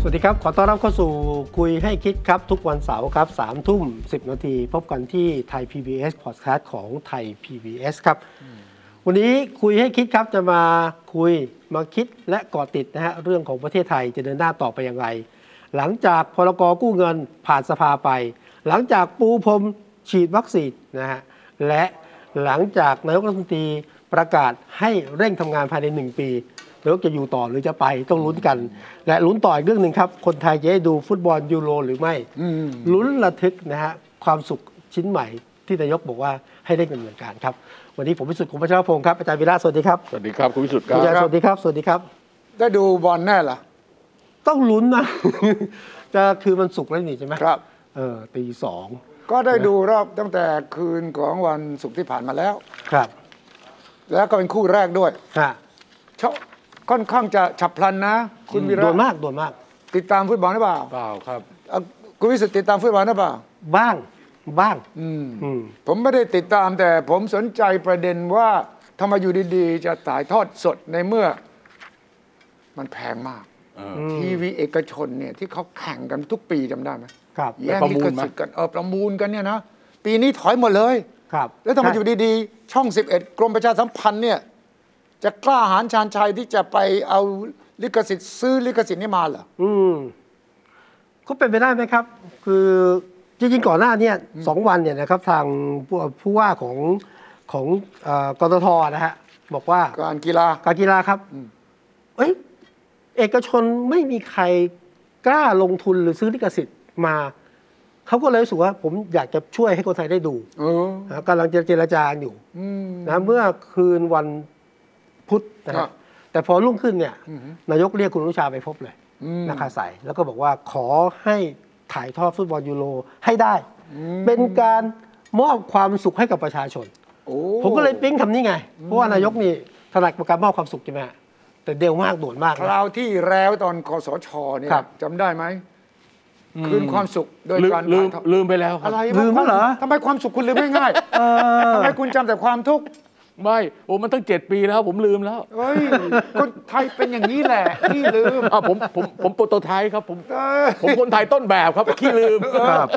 สวัสดีครับ ขอต้อนรับเข้าสู่คุยให้คิดครับ ทุกวันเสาร์ครับสามทุ่มสินาที พบกันที่ไทย PBS Podcast ของไทย PBS ครับ วันนี้คุยให้คิดครับจะมาคุยมาคิดและเก่อติดนะฮะเรื่องของประเทศไทยจะเดินหน้าต่อไปอย่างไร หลังจากพรกกู้เงินผ่านสภาไป หลังจากปูพรมฉีดวัคซีนนะฮะและหลังจากนายกรัฐมนตรีประกาศให้เร่งทำงานภายใน 1 ปีนายกจะอยู่ต่อหรือจะไปต้องลุ้นกัน และลุ้นต่ออีกเรื่องหนึ่งครับ คนไทยจะได้ดูฟุตบอลยูโรหรือไม่ ลุ้นระทึกนะฮะความสุขชิ้นใหม่ ที่นายกบอกว่าให้เร่งดำเนินการครับ วันนี้ผมพิสุทธิ์คมพัชรพงศ์ครับ อาจารย์วีระสวัสดีครับ สวัสดีครับ คุณวิสุทธิ์ค อาจารย์ รั ส บ วัสดีครับ สวัสดีครับ ได้ดูบอลแน่เหรอ ต้องลุ้นนะ จะคือมันสุกร์แล้วนี่ใช่ไหม ครับ เออตีสอง ก็ได้ดูรอบตั้งแต่คืนของวันศุกร์ที่ผ่านมาแล้ว ครับ แล้วก็เป็นคู่แรกด้วย ฮะ ชอบค่อนข้างจะฉับพลันนะ คุณวีระ โดนมากโดนมาก ติดตามฟุตบอลหรือเปล่า เปล่าครับ เอ่อคุณวิสุทธิ์ติดตามฟุตบอลหรือเปล่า บ้างบ้าง อืม อืม ผมไม่ได้ติดตามแต่ผมสนใจประเด็นว่าทำไมอยู่ดีๆ จะถ่ายทอดสดในเมื่อ มันแพงมาก ทีวีเอกชนเนี่ยที่เขาแข่งกันทุกปีจำได้ไหม ครับ แย่ง ไปประ ลิ มู ข ลไหม สิทธิ์กันเออประมูลกันเนี่ยนะปีนี้ถอยหมดเลย ครับ แล้วทำไมอยู่ดีๆ ช่อง 11 กรมประชาสัมพันธ์เนี่ย จะกล้าหาญชาญชัยที่จะไปเอาลิขสิทธิ์ซื้อลิขสิทธิ์นี่มาเหรอ อืมก็เป็นไปได้ไหมครับ คือจริงๆก่อนหน้าเนี่ยสองวันเนี่ยนะครับ ทางผู้ผู้ว่าของของเอ่อกรทนะฮะบอกว่า การกีฬา การกีฬาครับ เอ้ย เอกชนไม่มีใครกล้าลงทุนหรือซื้อลิขสิทธิ์มา เขาก็เลยรู้สึกว่าผมอยากจะช่วยให้คนไทยได้ดู เออ นะกำลังจะเจรจาอยู่ อืม นะเมื่อคืนวันพุธนะ ครั ฮะ บ แต่พอรุ่งขึ้นเนี่ย นายกเรียกคุณอนุชาไปพบเลย อืม นะคะใสแล้วก็บอกว่าขอให้ถ่ายทอดฟุตบอลยูโรให้ได้ เป็นการมอบความสุขให้กับประชาชน โอ้ ผมก็เลยปิ๊งคำนี้ไง เพราะว่านายกนี่ถนัดประการมอบความสุขใช่ไหมฮะแต่เดวมากโด่วนมาก ค นะ ราวที่แล้วตอนคอสชเนี่ย ครับ จำได้ไหม คืนความสุขโดย ลืม การ ลื ถ่าม ยทอด ลืมไปแล้วครั อะ บ ไร ลืมแล้วเหรอ ทำไมความสุขคุณลืมง่าย เออๆทำไมคุณจำแต่ความทุกข์ ไม่ โอ้มันตั้งเจ็ดปีแล้วผมลืมแล้ว เอ้ยคนไทยเป็นอย่างนี้แหละที่ลืม อ่ะผม ผมผมโปรโตไทป์ครับ ผม เออ ผมคนไทยต้นแบบครับขี้ลืม ครับ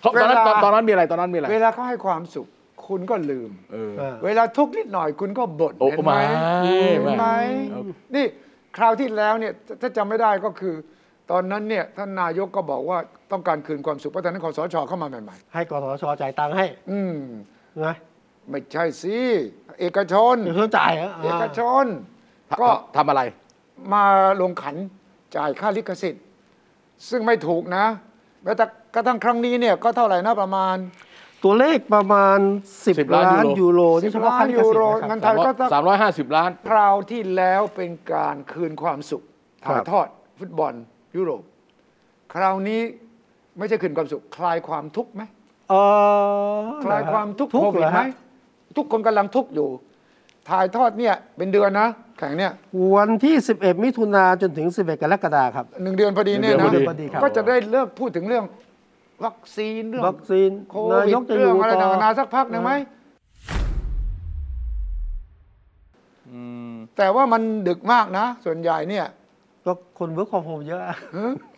เขาตอนนั้นตเวลาอนตอนนั้นมีอะไรตอนนั้นมีอะไร เวลาเขาให้ความสุข คุณก็ลืม เออ เออ เวลาทุกข์นิดหน่อยคุณก็บ่น โอ้ เห็นไหม ไม่ เห็นไหม ไม่ นี่คราวที่แล้วเนี่ยถ้าถ้าจำไม่ได้ก็คือ ตอนนั้นเนี่ยท่านนายกก็บอกว่าต้องการคืนความสุขเพราะตอนนั้นคอสชเข้ามาใหม่ ให้กสชจ่ายตังค์ให้ ๆ อืม นะ ไม่ใช่สิเอกชน เดี๋ยวเขาจ่ายเหรอ เอก อ่า ชน ก็ ก็ ทำอะไร มาลงขันจ่ายค่าลิขสิทธิ์ ซึ่งไม่ถูกนะแม้แต่กระทั่งครั้งนี้เนี่ยก็เท่าไหร่นะประมาณ ตัวเลขประมาณ 10 10 ล้านยูโรนี่เฉพาะ ล้า ค่าน ลิข ยู สิท โร ธิ์นะค เงิน รับ ไทยก็ต้อง สามร้อยห้าสิบล้าน คราวที่แล้วเป็นการคืนความสุข ครับ ถ่ายทอดฟุตบอลยุโรป คราวนี้ไม่ใช่คืนความสุข คลายความทุกข์ไหม เออ คลายความทุกข์ ทุก โค ข์ วิ เหร ด อ ไหม ฮะ ทุกคนกำลังทุกข์อยู่ ถ่ายทอดเนี่ยเป็นเดือนนะ แข่งเนี่ย วันที่ 11 มิถุนาจนถึง 11กรกฎาคมครับ หนึ่งเดือนพอดีเนี่ย หนึ่ นะ งเดือนพอดีครับ ก็จะได้เลิกพูดถึงเรื่อง วัคซีนเรื่อง วัคซีน โควิ นายก ด จะอ เรื่อยู่งอะไร ต่ ต่า อง ๆสักพักหนึ่งไหมแต่ว่ามันดึกมากนะ ส่วนใหญ่เนี่ย ก็คนเวิร์กความโฮมเยอะ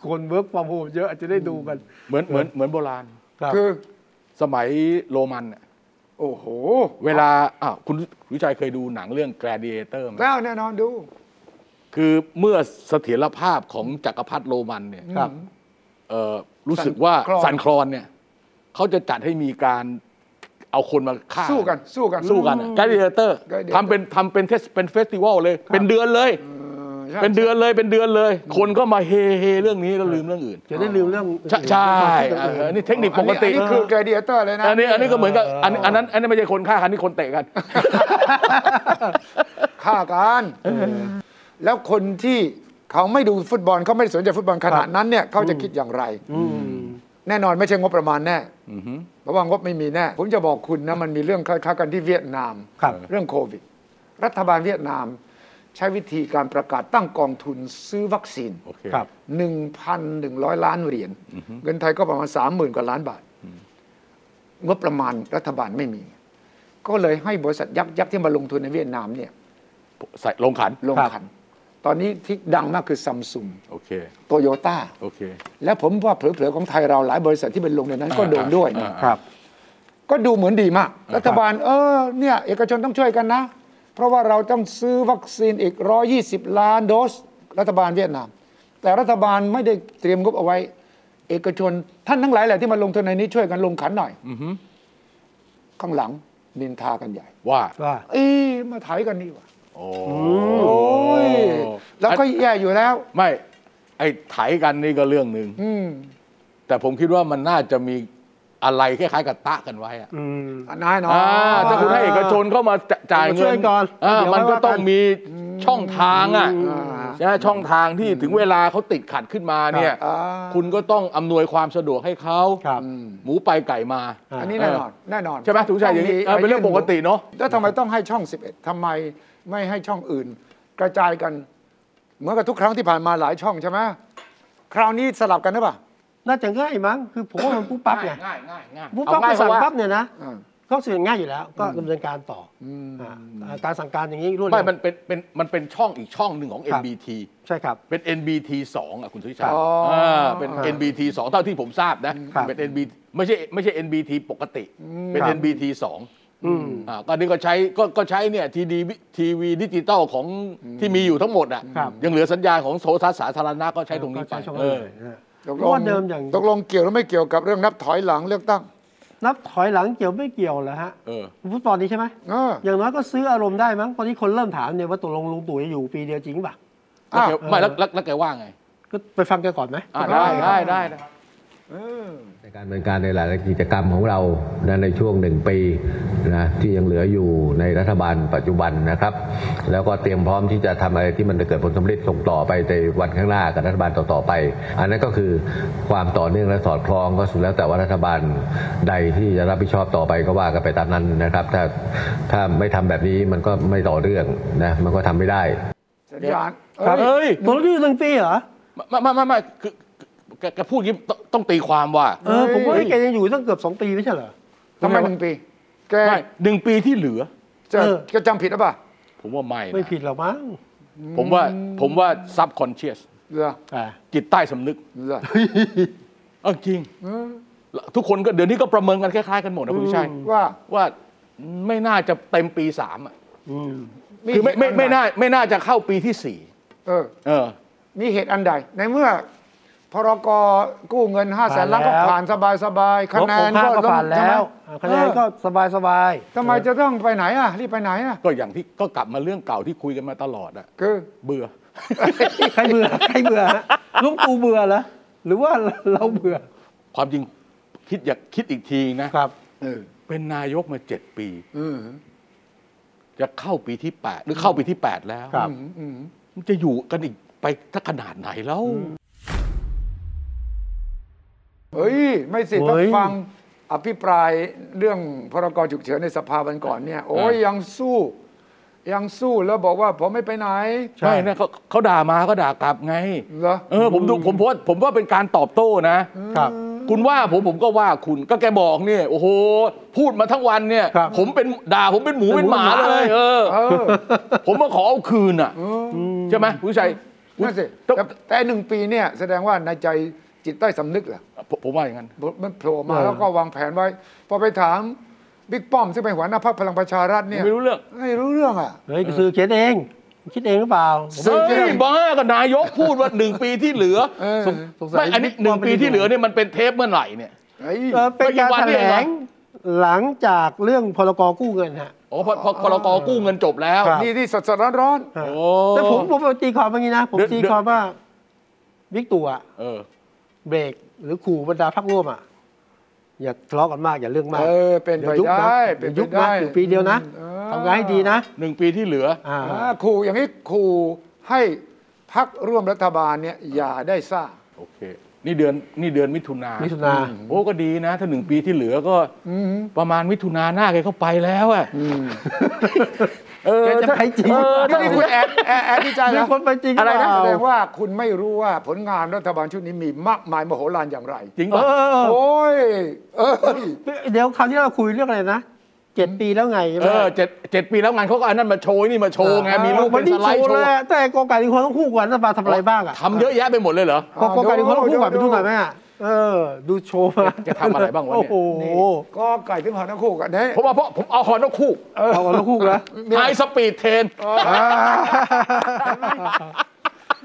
คนเวิร์กความโฮมเยอะอาจจะได้ดูกัน เหมือนเหมือนเหมือนโบราณ ครับ คือ สมัยโรมันน่ะ โอ้โห เวลาอ่ะคุณวิชัยเคยดูหนังเรื่อง Gladiator ไหม แล้วแน่นอนดู คือเมื่อเสถียรภาพของจักรพรรดิโรมันเนี่ย ครับ เอ่อรู้สึกว่าสัสั่นคลอนนคลอนเนี่ยเขาจะจัดให้มีการเอาคนมาฆ่า สู้กัน สู้กัน สู้กันกาดิเเตอร์ Gladiator ทำเป็นทำเป็นเทสเป็นเฟสติวัลเลย เป็นเดือนเลย เออใช่ เป็นเดือนเลยเป็นเดือนเลย คนก็มาเฮเฮเรื่องนี้แล้วลืมเรื่องอื่น จะได้ลืมเรื่องอื่น ใช่ใช่ เรื่อง เอ ความคิดตัวอเอ อัน ง นี้เทคนิคปกติ อันนี้คือ gladiator เลยนะ อันนี้อันนี้ก็เหมือนกับอันอันนั้นอันนั้นไม่ใช่คนฆ่ากันนี่คนเตะกัน ฆ่ากัน แล้วคนที่ เขาไม่ดูฟุตบอลเขาไม่สนใจฟุตบอลขนาดนั้นเนี่ยเขาจะคิดอย่างไร อืม แน่นอนไม่ใช่งบประมาณแน่ อือฮึ เพราะว่างบไม่มีแน่ ผมจะบอกคุณนะ มันมีเรื่องคล้ายๆกันที่เวียดนาม ครับ เรื่องโควิด รัฐบาลเวียดนาม ใช้วิธีการประกาศตั้งกองทุนซื้อวัคซีน โอเค ครับ 1,100 ล้านเหรียญเงินไทยก็ประมาณ 30,000 กว่าล้านบาทงบประมาณรัฐบาลไม่มี ก็เลยให้บริษัทยักษ์ยักษ์ที่มาลงทุนในเวียดนามเนี่ย ใส่ลงขัน ลงขัน ตอนนี้ที่ดังมากคือซัมซุง โอเค โตโยต้า โอเค และผมว่าเผลอๆของไทยเราหลายบริษัทที่เป็นลงในนั้นก็โดนด้วยนะ ครับ ก็ดูเหมือนดีมาก รัฐบาลเออเนี่ยเอกชนต้องช่วยกันนะ เพราะว่าเราต้องซื้อวัคซีนอีก 120 ล้านโดส รัฐบาลเวียดนาม แต่รัฐบาลไม่ได้เตรียมงบเอาไว้ เอกชนท่านทั้งหลายแหละที่มาลงทุนในนี้ช่วยกันลงขันหน่อย อือฮึ ข้างหลังนินทากันใหญ่ ว่า ว่า เอ้ยมาไถกันนี่วะ โอ้ โอ้ยแล้วก็แย่อยู่แล้ว ไม่ ไอ้ไถกันนี่ก็เรื่องหนึ่ง อืม แต่ผมคิดว่ามันน่าจะมีอะไรคล้ายๆกับตะกันไว้อะ อืม อันนายเนาะ อ่าถ้าคุณให้เอกชนเข้ามาจะจ่ายมาเงิช่วยก่อน อ่า เดี๋ยว มันก็ ว่ากัน ต้องมีช่องทางอ่ะ อ่า ใช่ไหมช่องทางที่ถึงเวลาเขาติดขัดขึ้นมาเนี่ย อ่า คุณก็ต้องอำนวยความสะดวกให้เขา ครับ อืม หมูไปไก่มา อันนี้แน่นอนแน่นอน ใช่ไหมถุงชัยอย่างนี้เออเป็นเรื่องปกติเนาะ แล้วทำไมต้องให้ช่อง 11ทำไมไม่ให้ช่องอื่น กระจายกันเหมือนกับทุกครั้งที่ผ่านมาหลายช่องใช่ไหมคราวนี้สลับกันหรือเปล่า น่าจะง่ายมั้ง คือผมว่ามันปุ๊บปั๊บไง ง่ายง่ายง่าย ปุ๊บปั๊บไปสั่งปั๊บเนี่ยนะ อ่า ก็สื่อง่ายอยู่แล้ว ก็ดำเนินการต่อออ่าอ่าการสั่งการอย่างนี้รวดเร็ ไม่ ว มันเป็นเป็นมันเป็นช่องอีกช่องหนึ่งของ ครับ NBT ใช่ครับ เป็น NBT 2อ่ะคุณสุวิชัย อ๋ออ่ าเป็น อ่า NBT 2เท่าที่ผมทราบนะ ครับ เป็น NBT ไม่ใช่ไม่ใช่ NBT ปกติ เป็น ครับ NBT 2 อืม อ่าก็นี่ก็ใช้ก็ก็ใช้เนี่ยทีดีทีวีดิจิตอลของที่มีอยู่ทั้งหมดอ่ะ ครับ ยังเหลือสัญญาณของโทรทัศน์สาธารณะก็ใช้ตรงนี้ ก็ ไป ใช้ช่อง เอ นี้ อ เลยนะฮะ ตก เพ ล ราะ ง ว่าเดิมอย่าง ตกลงเกี่ยวหรือไม่เกี่ยวกับเรื่องนับถอยหลังเลือกตั้ง นับถอยหลังเกี่ยวไม่เกี่ยวเหรอฮะ เออ ฟุตบอลนี้ใช่ไหม เออ อย่างน้อยก็ซื้ออารมณ์ได้มั้ง ตอนนี้คนเริ่มถามเนี่ยว่าตกลงลุงตู่จะอยู่ปีเดียวจริงป่ะ แล้ว อ้าว แกไม่แล้วแล้วแล้วแกว่าไง ก็ไปฟังแกก่อนไหม อ่าได้ได้ได้ได้ เออ ในการดำเนินการในหลาย ๆ กิจกรรมของเรานะในช่วงหนึ่งปีนะที่ยังเหลืออยู่ในรัฐบาลปัจจุบันนะครับ แล้วก็เตรียมพร้อมที่จะทำอะไรที่มันจะเกิดผลสำเร็จส่งต่อไปในวันข้างหน้ากับรัฐบาลต่อ ๆ ไป อันนั้นก็คือความต่อเนื่องและสอดคล้องก็สุดแล้วแต่ว่ารัฐบาลใดที่จะรับผิดชอบต่อไปก็ว่ากันไปตามนั้นนะครับ ถ้าถ้าไม่ทำแบบนี้มันก็ไม่ต่อเรื่องนะมันก็ทำไม่ได้ สัญญาณ ครับ เอ้เอ้ยย ตกลงอยู่หนึ่งปีเหรอ ไม่ไม่ไม่ไม่คือแกแกพูดอย่างนี้ต้องต้องตีความว่า เออ ผมว่าให้แกยังอยู่ตั้งเกือบสองปีไม่ใช่เหรอ ทำไมหนึ่งปี แก ไม่หนึ่งปีที่เหลือ จะ เออ แกจำผิดหรือเปล่า ผมว่าไม่นะ ไม่ผิดหรอกมั้ง ผมว่าผมว่าซับคอนเชียส เหรอ อ่า จิตใต้สำนึก เหรอ เอาจริง เออ ทุกคนก็เดี๋ยวนี้ก็ประเมินกันคล้ายๆกันหมดนะคุณวิชัย ว่า ว่าไม่น่าจะเต็มปีสามอ่ะ อืม คือไม่ไม่ไม่น่าไม่น่าจะเข้าปีที่สี่ เออ เออ มีเหตุอันใด ในเมื่อพรกกู้เงิน5้าแสนล้านก็ ผ่านแล้ว ผ่านสบายสบายๆคะแนน ลบของข้างก็ผ่าน ใช่ แล้ ไหม วอ่าคะแนนก็ เออ สบายสบาย ทำไมจะต้องไปไหนอ่ะ รีบไปไหนอ่ะ ก็อย่างที่ก็กลับมาเรื่องเก่าที่คุยกันมาตลอดอ่ะ คือ เบื่อ ใครเบื่อ ใครเบื่อฮะลุงตู่เบื่อเหรอ หรือว่า เราเบื่อ ความจริงคิดอยากคิดอีกทีนะ ครับ เออ เป็นนายกมาเจ็ดปี อืม จะเข้าปีที่แปดหรือเข้าปีที่แปดแล้ว ครับ อืม มันจะอยู่กันอีกไปถ้าขนาดไหนแล้ว เฮ้ย ไม่สิ เฮ้ ถ้าย ฟังอภิปรายเรื่องพรกฉุกเฉินในสภาวันก่อนเนี่ย โอ้ย อ่ะ ยังสู้ ยังสู้แล้วบอกว่าผมไม่ไปไหน ใช่ ไม่นะเขาเขาด่ามาก็ด่ากลับไง เหรอ เออผมดูผมโพสต์ผมว่าเป็นการตอบโต้นะ ครับ คุณว่าผมผมก็ว่าคุณก็แกบอกเนี่ยโอ้โห พูดมาทั้งวันเนี่ย ครับ ผมเป็นด่าผมเป็นหมู เป็ เป็น น ห ห มู มา เป็นหมา เลย เลย เออ เออผ มมาขอเอาคืนอ่ะ ใช่ไหมผู้ชัย นั่นสิ ต้อง แต่แต่หนึ่งปีเนี่ย แสดงว่าในใจจิตใต้สำนึกเหรอ ผมผมว่าอย่างนั้น มันโผล่มา เออ แล้วก็วางแผนไว้ พอไปถามบิ๊กป้อม ซึ่งเป็นหัวหน้าพรรคพลังประชารัฐเนี่ย ไม่รู้เรื่อง ไม่รู้เรื่องอ่ะ เฮ้ยสื่อเขียนเอง คิดเองหรือเปล่าผม สื่ เฮ้ อ ยบ้ากับนายกพูดว่า หนึ่งปีที่เหลือ เออ สงไม่อันนี้หนึ่งปีที่เหลือเนี่ยมันเป็นเทปเมื่อไหร่เนี่ย เฮ้ย เออเป็นการ ไม่กี่วัน แถ เนี่ ล ยเหรอ งหลังจากเรื่องพรกกู้เงินฮะ อ๋อพอพอพอรกกู้เงินจบแล้ว ครับ นี่นี่สดสดร้อนร้อน โอ้ แต่ผมผมตีความว่างี้นะ ผม เดือน ตีความว่าบิ๊กตู่อะ เออ เบรกหรือขู่บรรดาพรรคร่วมอ่ะอย่าทะเลาะกันมากอย่าเรื่อง ๆ มาก เออ เป็นไป ย่ายุบนะ ได้ อ เป็ ย่าน ไป ยุบนะ ได้ อยู่ปีเดียวนะ เออ ทำงานให้ดีนะ หนึ่งปีที่เหลือ อ่า อ่าขู่อย่างนี้ขู่ให้ พักร่วมรัฐบาลเนี่ยอย่าได้สร้าง โอเค นี่เดือนนี่เดือนมิถุนาม มิถุนา โอ้ก็ดีนะ ถ้าหนึ่งปีที่เหลือก็ประมาณมิถุนาหน้าแกเข้าไปแล้วอะเออ แกจะไปจริง เออถ้า นี่ คุ คุณ ณแอบแอบแอบดีใจ มี นะ คนไปจริง อะไรนะ เปล่า แสดงว่าคุณไม่รู้ว่าผลงานรัฐบาลชุดนี้มีมากมายมโหฬารอย่างไร จริง เอ ป่ะ อเออ โอ้ย เอ้ย เดี๋ยวคราวที่เราคุยเรื่องอะไรนะเจ็ดปีแล้วไงใช่ไหม เออเจ็ดเจ็ดปีแล้วงานเขาก็เอานนั้นมาโชว์ไอ้นี่มาโชว์ไง มีรูป มั เป็น ที่ สไล โช ด์ ว์ โช แล้ ว์ วแต่กองไก่ที่คนต้องคู่กันรัฐบาลทำอะไรบ้างอ่ะ ทำเยอะแยะไปหมดเลยเหรอ กองไก่ที่คนต้องคู่กันไปดูหน่อยไหมอ่ะเออ ดูโชว์มา จะทำอะไรบ้างวะเนี่ย โอ้โห นี่ก็ไก่ที่ผ่านทั้งคู่กันเฮ้ย ผมเอาเพราะผมเอาฮอนกคู่ เอาคนละคู่แล้ว ไฮสปีดเทน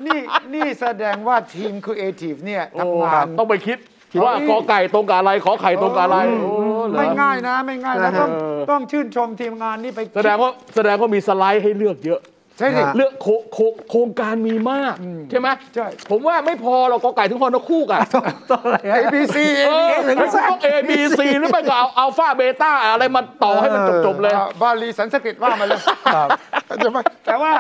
นี่นี่แสดงว่าทีมครีเอทีฟเนี่ยทำ ค งา รั น บต้องไปคิดว่า เฮ้ย กอไก่ตรงกับอะไรขอไข่ตรงกับอะไรโอ้เหรอ ไม่ง่ายนะ ไม่ง่ายนะต้อง เออ ต้องชื่นชมทีมงานนี่ไป แสดงว่าแสดงว่ามีสไลด์ให้เลือกเยอะ ใช่สิ เลือกโคโคโครงการมีมาก ใช่ไหม ใช่ ผมว่าไม่พอหรอกกอไก่ถึงฮอนกคู่กัน ต้องอะไร เอ อ่ะ พีซีเอ เออ ถึง มันต้อง A B C หรือไม่ก็เอาอัลฟาเบต้าอะไรมาต่อให้มัน เออ จบๆเลย บาลีสันสกฤตว่ามาเลย ครับ แต่ว่าแต่ว่า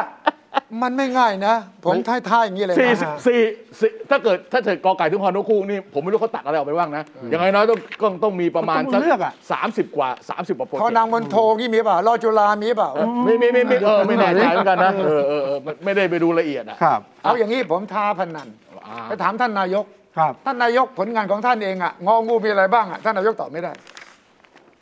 มันไม่ง่ายนะ ผมท้ายๆอย่างนี้เลย สี่ นะ สิบสี่สี่ถ้าเกิดถ้าเกิดกอไก่ถึงฮอนกคู่นี่ผมไม่รู้เขาตักอะไรออกไปบ้างนะอย่างน้อยๆต้องต้องต้องมีประมาณ ต้อง สัก เลือกอะ สามสิบกว่าสามสิบกว่าโปรเจ ทอก ต์ นางมนโทนี่มีเปล่ารอจุฬามีเปล่า ไม่ไม่ไม่ไม่เออไม่แน่ใจเหมือนกันนะเออเออเออไม่ไม่ได้ไปดูละเอียดอ่ะ ครับ เอาอย่างนี้ผมท้าพนัน อ่า ไปถามท่านนายก ครับ ท่านนายกผลงานของท่านเองอ่ะงองูมีอะไรบ้างอ่ะท่านนายกตอบไม่ได้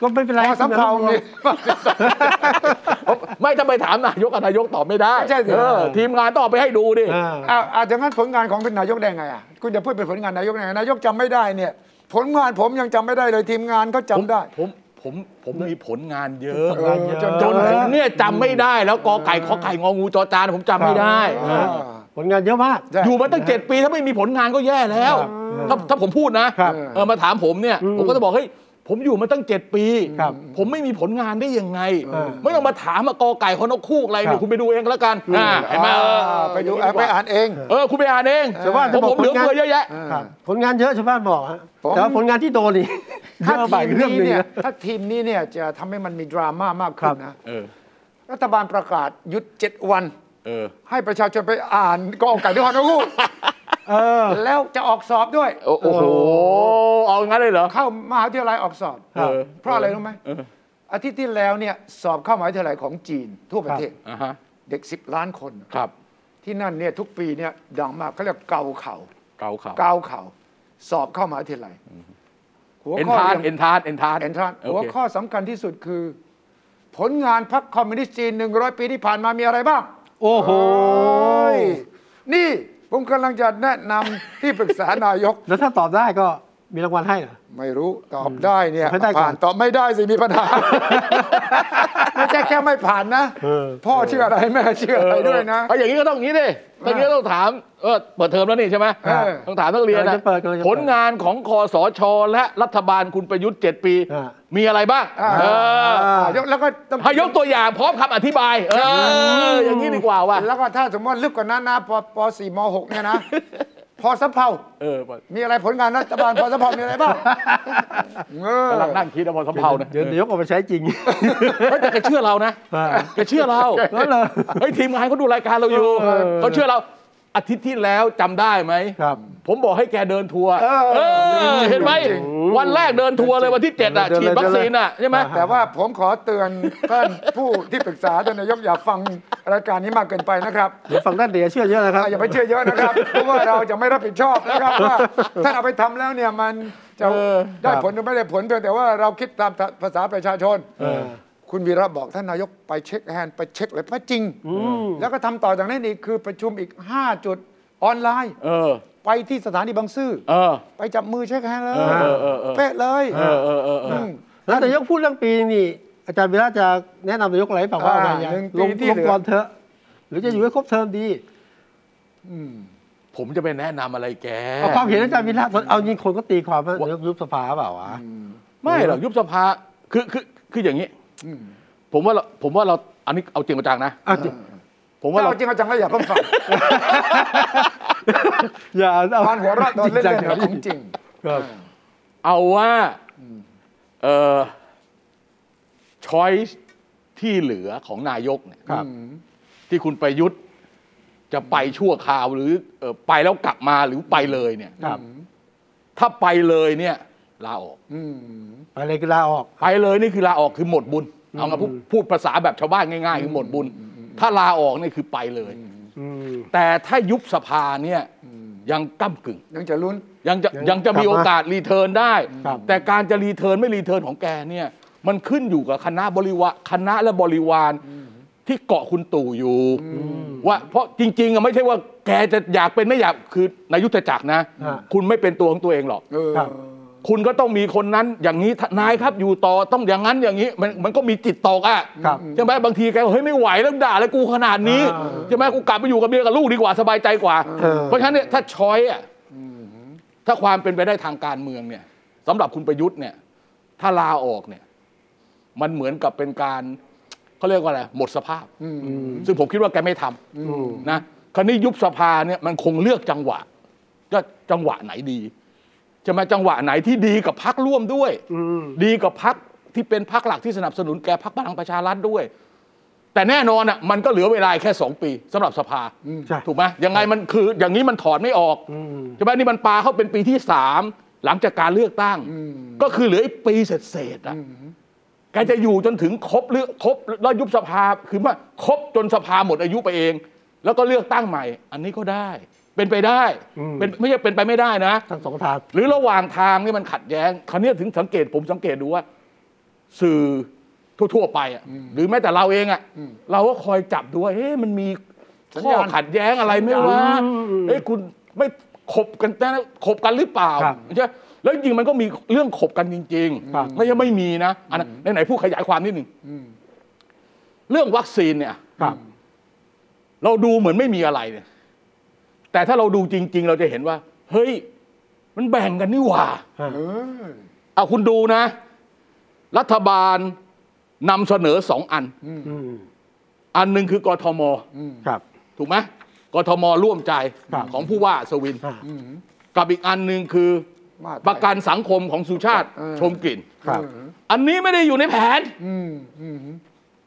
ก็ไม่เป็นไร พอสำเภานี่ ไม่ถ้าไปถามนายกอะนายกตอบไม่ได้ ไม่ใช่สิ เออทีมงานต้องเอาไปให้ดูดิ อ่า เอาอาจจะงั้นผลงานของเป็นนายกได้ไงอ่ะคุณจะพูดเป็นผลงานนายกได้ไงนายกจำไม่ได้เนี่ย ผลงานผมยังจำไม่ได้เลยทีมงานก็จำได้ ผมผมผมมีผลงานเยอะ ผลงานเยอะ จน จ จ น น ผมเนี่ยจำไม่ได้แล้วกอไก่ขอไข่งองูจอจานผมจำไม่ได้เออ ผลงานเยอะมาก ใช่ อยู่มาตั้งเจ็ดปีถ้าไม่มีผลงานก็แย่แล้ว ถ้าถ้าผมพูดนะครับ เออมาถามผมเนี่ย ผมก็จะบอกเฮ้ยผมอยู่มาตั้งเจ็ดปี ครับ ผมไม่มีผลงานได้ยังไง เออ ไม่ต้องมาถามมากอไก่ฮอนกคู่อะไร ครั เนี่ย บ คุณไปดูเองก็แล้วกันอ่าเห็นไหมเออ อ่าไปดูอ่ะไปอ่านเอง เออ คุณไปอ่านเอง ชาวบ้านจะ ผม บอก ผมเหลือ ผลงาน เฟือเยอะแยะ ครับผลงานเยอะชาวบ้านบอกฮะ ผม แต่ว่าผลงานที่โดน นี่เย ถ้า อะไป ทีม เรื่อง นี้ หนึง เนี่ย นะ ถ้าทีมนี้เนี่ยจะทำให้มันมีดราม่ามากขึ้น ครับ นะ เออ รัฐบาลประกาศหยุดเจ็ดวัน เออ ให้ประชาชนไปอ่านกองไก่ด้วยฮอนกู เออ แล้วจะออกสอบด้วย โอ้โห เอางั้นเลยเหรอ เข้ามหาวิทยาลัยออกสอบ ครับ เพราะอะไรรู้ไหมอาทิตย์ที่แล้วเนี่ยสอบเข้ามหาวิทยาลัยของจีน ทั่วประเทศ อ่าฮะ เด็ก 10 ล้านคน ครับ ที่นั่นเนี่ยทุกปีเนี่ยดังมากเขาเรียกเกาเข่า เกาข่าว เกาเข่าสอบเข้ามหาวิทยาลัยหัว เอ็น ข้อ ทาน เรี เอ็ ยน นทานเอ็นทาน เอ็นทราน โอ หัว เค ข้อสำคัญที่สุดคือ ผลงานพรรคคอมมิวนิสต์จีน 100 ปีที่ผ่านมามีอะไรบ้าง โอ้โห นี่ผมกำลังจะแนะนำ ที่ปรึกษานายก แล้วถ้าตอบได้ก็มีรางวัลให้เหรอ ไม่รู้ตอบได้เนี่ย ไม่ได้ก่อน ผ่านตอบไม่ได้สิมีปัญหา ไม่ใช่แค่ไม่ผ่านนะ เออ พ่อเชื่ออะไรแม่เชื่ออะไรด้วยนะ เอาอย่างนี้ก็ต้องอย่างนี้ดิตอนนี้ก็ต้องถามเออเปิดเทอมแล้วนี่ใช่ไหม เออ ต้องถามนักเรียน กำลั นะ งจะเปิดกำลังจะเปิด ผลงานของคอสช และรัฐบาลคุณประยุทธ์ 7 ปี อ่า มีอะไรบ้าง เออ ายกแล้วก็ต้อง ให้ยกตัวอย่างพร้อมคำอธิบาย เออ อย่างนี้ดีกว่าว่ะ แล้วก็ถ้าสมมติลึกกว่านั้นนะปปสี่มหกเนี่ยนะ พอสัพเพา เออ มีอะไรผลงานรัฐบาลพ อสัพเพามีอะไรบ้างเออก ำลังนั่งคิดนะพอสำเภานะ เดี๋ยวยกออกไปใช้จ ริง เฮ้ยแต่แกเชื่อเรานะ อ่า แกเชื่อเรา แล้วเลย เฮ้ยทีมงานเขาดูรายการเราอยู่ เออ เขาเชื่อเราอาทิตย์ที่แล้วจำได้ไหม ครับ ผมบอกให้แกเดินทัวร์เออเห็นไหมวันแรกเดินทัวร์เลยวันที่เจ็ดอ่ะ เดิน ฉี เล ด ย วัคซีนอ่ะใช่ไหม อ่าฮะ แต่ว่าผมขอเตือน ท่านผู้ที่ปรึกษาท่านนายกอย่าฟังรายการนี้มากเกินไปนะครับ เดี๋ยวฟังด้านเดี๋ยวเชื่อเยอะนะครับ อย่าไปเชื่อเยอะนะครับ เพราะว่าเราจะไม่รับผิดชอบนะครับว่าท่านเอาไปทำแล้วเนี่ยมันจะได้ผลหรือไม่ได้ผลเพียงแต่ว่าเราคิดตามภาษาประชาชน อ คุณวีระบอกท่านนายกไปเช็คแฮนด์ไปเช็คเลยเพราะจริง แล้วก็ทำต่อจากนั้นอีกคือประชุมอีก 5 จุดออนไลน์ เออ ไปที่สถานีบางซื่อ เออ ไปจับมือเช็คแฮนด์เลย เออเออเออ เป๊ะเลย เออเออเออเออ ม แล้วนายกพูดเรื่องปีนี่อาจารย์วิราชจะแนะนำนายกอะไรหรือเปล่าว่าอะไร อ่า อย่าง หนึ่งปี ลง ที่ ล เห ง ลือ ก่อนเถอะ หรือจะอยู่ให้ครบเทอมดี ผมจะไปแนะนำอะไรแก เอาความเห็นอาจารย์วิราชเอายิงคนก็ตีความว่านายกยุบสภาเปล่าวะ ไม่หรอกยุบสภาคือคือคืออย่างนี้ผมว่าเราผมว่าเราอันนี้เอาจริงเอาจังนะ เอาจริง ผมว่า ถ้า เรา เราจริงเอาจังก็อย่าเพิ่งฟัง อย่าเอา การหัวเราะตอนเล่นๆเนี่ยของจริง ครับ เอาว่าเออช้อยที่เหลือของนายกเนี่ย ครับ ที่คุณประยุทธ์ จะไปชั่วคราวหรือเอ่อไปแล้วกลับมาหรือไปเลยเนี่ย ครับ ถ้าไปเลยเนี่ยลาออก อืม อะไรก็ลาออก ไปเลยนี่คือลาออกคือหมดบุญเอามาพูดพูดภาษาแบบชาวบ้านง่ายๆคือหมดบุญ ถ้าลาออกนี่คือไปเลย อืม แต่ถ้ายุบสภาเนี่ยยังก้ากึ่ง ยังจะลุ้น ยังจะ ยัง ยังจะมี กลับมา โอกาสรีเทิร์นได้ ครับ แต่การจะรีเทิร์นไม่รีเทิร์นของแกเนี่ยมันขึ้นอยู่กับคณะบริวารคณะและบริวารที่เกาะคุณตู่อยู่ว่าเพราะจริงๆอะไม่ใช่ว่าแกจะอยากเป็นไม่อยากคือนายุทธจักรนะ ฮะ คุณไม่เป็นตัวของตัวเองหรอก เออ ครับ คุณก็ต้องมีคนนั้นอย่างนี้นายครับอยู่ต่อต้องอย่างนั้นอย่างนี้ มันมันก็มีจิตตกอ่ะ ครับ ใช่ไหมบางทีแกบอกเฮ้ยไม่ไหวแล้วด่าแล้วกูขนาดนี้ อ่า ใช่ไหมกูกลับไปอยู่กับเมียกับลูกดีกว่าสบายใจกว่า เออ เพราะฉะนั้นเนี่ยถ้าช้อยอ่ะถ้าความเป็นไปได้ทางการเมืองเนี่ยสำหรับคุณประยุทธ์เนี่ย ถ้าลาออกเนี่ย มันเหมือนกับเป็นการเขาเรียกว่าอะไรหมดสภาพ อืม ซึ่งผมคิดว่าแกไม่ทำ อืม นะคราวนี้ยุบสภาเนี่ยมันคงเลือกจังหวะก็จังหวะไหนดีจะมาจังหวะไหนที่ดีกับพักร่วมด้วย อืม ดีกับพักที่เป็นพักหลักที่สนับสนุนแกพักพลังประชารัฐด้วย แต่แน่นอนอ่ะมันก็เหลือเวลาแค่ 2 ปีสำหรับสภา ใช่ ถูกไหมยังไงมันคืออย่างนี้มันถอนไม่ออก อืม ใช่ไหมนี่มันปาเข้าเป็นปีที่สามหลังจากการเลือกตั้ง ก็คือเหลืออีกปีเศษๆอ่ะแกจะอยู่จนถึงครบหรือครบแล้วยุบสภาคือว่าครบจนสภาหมดอายุไปเอง แล้วก็เลือกตั้งใหม่ อันนี้ก็ได้ เป็นไปได้ อืม เป็นไม่ใช่เป็นไปไม่ได้นะ ทั้งสองทาง หรือระหว่างทางนี่มันขัดแย้งคราวเนี้ยถึงสังเกตผมสังเกตดูว่า สื่อทั่ว ๆ ไปอ่ะหรือแม้แต่เราเองอ่ะเราก็คอยจับดูว่าเอ๊ะมันมี สัญ ข้อ ญาณ ขัดแย้งอะไรไหม่ว่า อืม เอ๊ะคุณไม่ขบกันนะขบกันหรือเปล่า ครับ ใช่ไหมแล้วจริงๆมันก็มีเรื่องขบกันจริง ครับ ๆไม่ใช่ไม่มีนะอันนั้นไหนๆพูดขยายความนิดหนึ่งเรื่องวัคซีนเนี่ย ครับ เราดูเหมือนไม่มีอะไรเนี่ย แต่ถ้าเราดูจริง ๆ เราจะเห็นว่า เฮ้ย มันแบ่งกันนี่หว่า เออ เอาคุณดูนะ รัฐบาลนำเสนอสองอัน อืม อันหนึ่งคือกทม ครับ ถูกไหมกทมร่วมใจ ครับ ของผู้ว่าสวิน อ่า กับอีกอันหนึ่งคือ มาตรา ประกันสังคมของสุชาติ เออ ชมกลิ่น ครับ อันนี้ไม่ได้อยู่ในแผน อืมอืม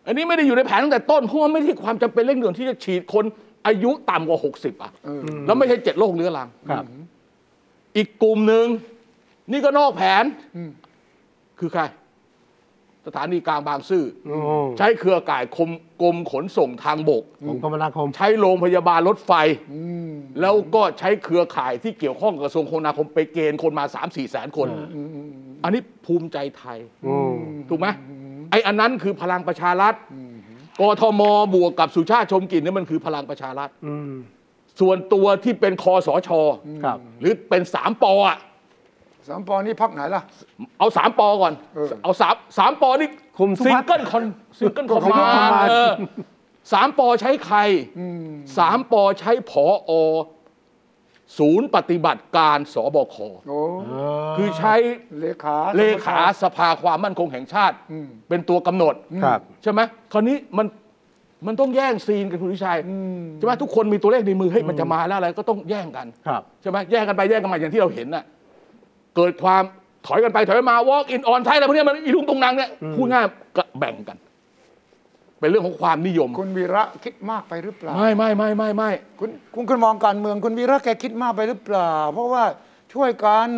อันนี้ไม่ได้อยู่ในแผนตั้งแต่ต้นเพราะว่าไม่ใช่ความจำเป็นเร่งด่วนที่จะฉีดคนอายุต่ำกว่า 60 อ่ะ เออ แล้วไม่ใช่เจ็ดโรคเรื้อรัง ครับ อีกกลุ่มหนึ่งนี่ก็นอกแผนคือใคร สถานีกลางบางซื่ออ โอ้ ใช้เครือข่ายกรมกรมขนส่งทางบก ผมคมนาคม ใช้โรงพยาบาลรถไฟ อืม แล้วก็ใช้เครือข่ายที่เกี่ยวข้องกับกระทรวงคมนาคมไปเกณฑ์คนมา 3 4 แสนคน อันนี้ภูมิใจไทย โอ้ ถูกไหมไอ้อันนั้นคือพลังประชารัฐกทมบวกกับสุชาติชมกลิ่นนี่มันคือพลังประชารัฐ อืม ส่วนตัวที่เป็นคอสช ครับ หรือเป็นสามปออะ สามปอนี่พักไหนล่ะ เอาสามปอก่อน เออ เอาสามสามปอนี่ คุมสุ ซิ พั ง ฒน์ เกิลคอนซิงเกิลคอม คุมสุ มา พัฒน์คอมนมานด์ เออสามปอใช้ใครสามปอใช้ผออศูนย์ปฏิบัติการสบค โอ้ คือใช้ เลขา เลขาสภาความมั่นคงแห่งชาติ เป็นตัวกำหนด ครับ ใช่ไหมคราวนี้มันมันต้องแย่งซีนกันคุณวิชัยใช่ไหมทุกคนมีตัวเลขในมือเฮ้ยมันจะมาแล้วอะไรก็ต้องแย่งกัน ครับ ใช่ไหมแย่งกันไปแย่งกันมาอย่างที่เราเห็นน่ะเกิดความถอยกันไปถอยกันมา walk in on ใช่อะไรพวกเนี้ยมันอีลุงตุงนางเนี่ยพูดง่ายก็แบ่งกัน เป็นเรื่องของความนิยม คุณวีระคิดมากไปหรือเปล่า ไม่ไม่ไม่ไม่ไม่ คุณคุณคุณมองการเมืองคุณวีระแกคิดมากไปหรือเปล่า เพราะว่าช่วยกัน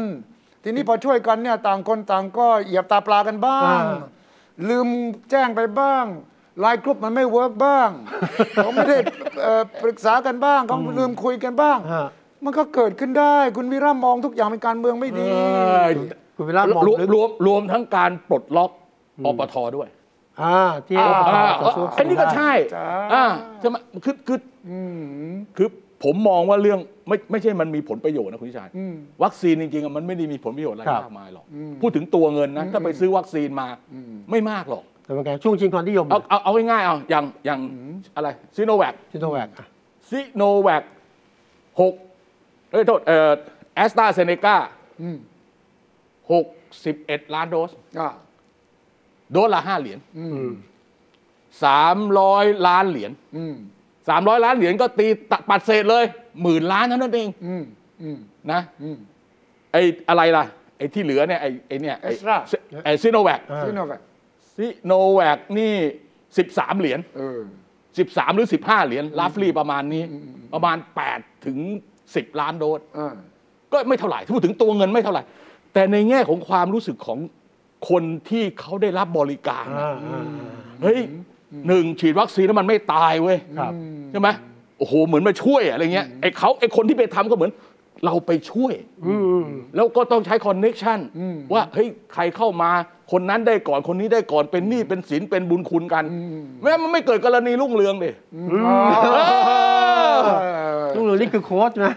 ทีนี้พอช่วยกันเนี่ยต่างคนต่างก็เหยียบตาปลากันบ้าง อ่า ลืมแจ้งไปบ้างไลน์กรุ๊ปมันไม่เวิร์กบ้าง เขาไม่ได้เอ่อปรึกษากันบ้างเขาลืมคุยกันบ้าง ฮะ มันก็เกิดขึ้นได้ คุณวีระมองทุกอย่างเป็นการเมืองไม่ดี คุณวิราชมอง รวม ลึก รวมรวมทั้งการปลดล็อกอปทด้วย อ่า ที่ อ่า ปป อ่า ช เออ สู้ อันนี้ก็ใช่ ใช่ อ่าใช่ไหมคือคือคือผมมองว่าเรื่องไม่ไม่ใช่มันมีผลประโยชน์นะคุณวิชายวัคซีนจริงๆอะมันไม่ได้มีผลประโยชน์อะไรมากมายหรอกพูดถึงตัวเงินนะถ้าไปซื้อวัคซีนมาไม่มากหรอก แต่เป็นไงช่วงชิงความนิยม เอาเอาเอาง่ายๆเอาอย่างอย่างอะไรซีโนแวค ชิโนแวกอ่ะ ซีโนแวคหกเอ้ยโทษเอ่อแอสตราเซเนกาหกสิบเอ็ดล้านโดส อ่ะ โดสละห้าเหรียญ อืม สามร้อยล้านเหรียญ อืม สามร้อยล้านเหรียญก็ตีตัดปัดเศษเลยหมื่นล้านเท่านั้นเอง อืมอืม นะไออะไรล่ะ ไอที่เหลือเนี่ยไอไอเนี่ยไ Astra ไอซีโนแวค อ่า ซีโนแวค ซีโนแวคนี่สิบสามเหรียญ เออ 13 หรือ 15 เหรียญลาฟลีประมาณนี้ ประมาณ 8 ถึง 10 ล้านโดส อ่า ก็ไม่เท่าไหร่ถ้าพูดถึงตัวเงินไม่เท่าไหร่ แต่ในแง่ของความรู้สึกของคนที่เขาได้รับบริการ อ่า อะ อ่าอ่า เฮ้ยหนึ่งฉีดวัคซีนแล้วมันไม่ตายเว้ย ครับ ใช่ไหมโอ้โห เหมือนมาช่วยอะไรเงี้ยไอ้เขาไอ้คนที่ไปทำก็เหมือนเราไปช่วย อืม แล้วก็ต้องใช้คอนเน็กชันว่าเฮ้ยใครเข้ามาคนนั้นได้ก่อนคนนี้ได้ก่อนเป็นหนี้เป็นสินเป็นบุญคุณกัน แม้มันไม่เกิดกรณีรุ่งเรืองดิ เออ ลุงหลุยนี่คือโค้ชนะ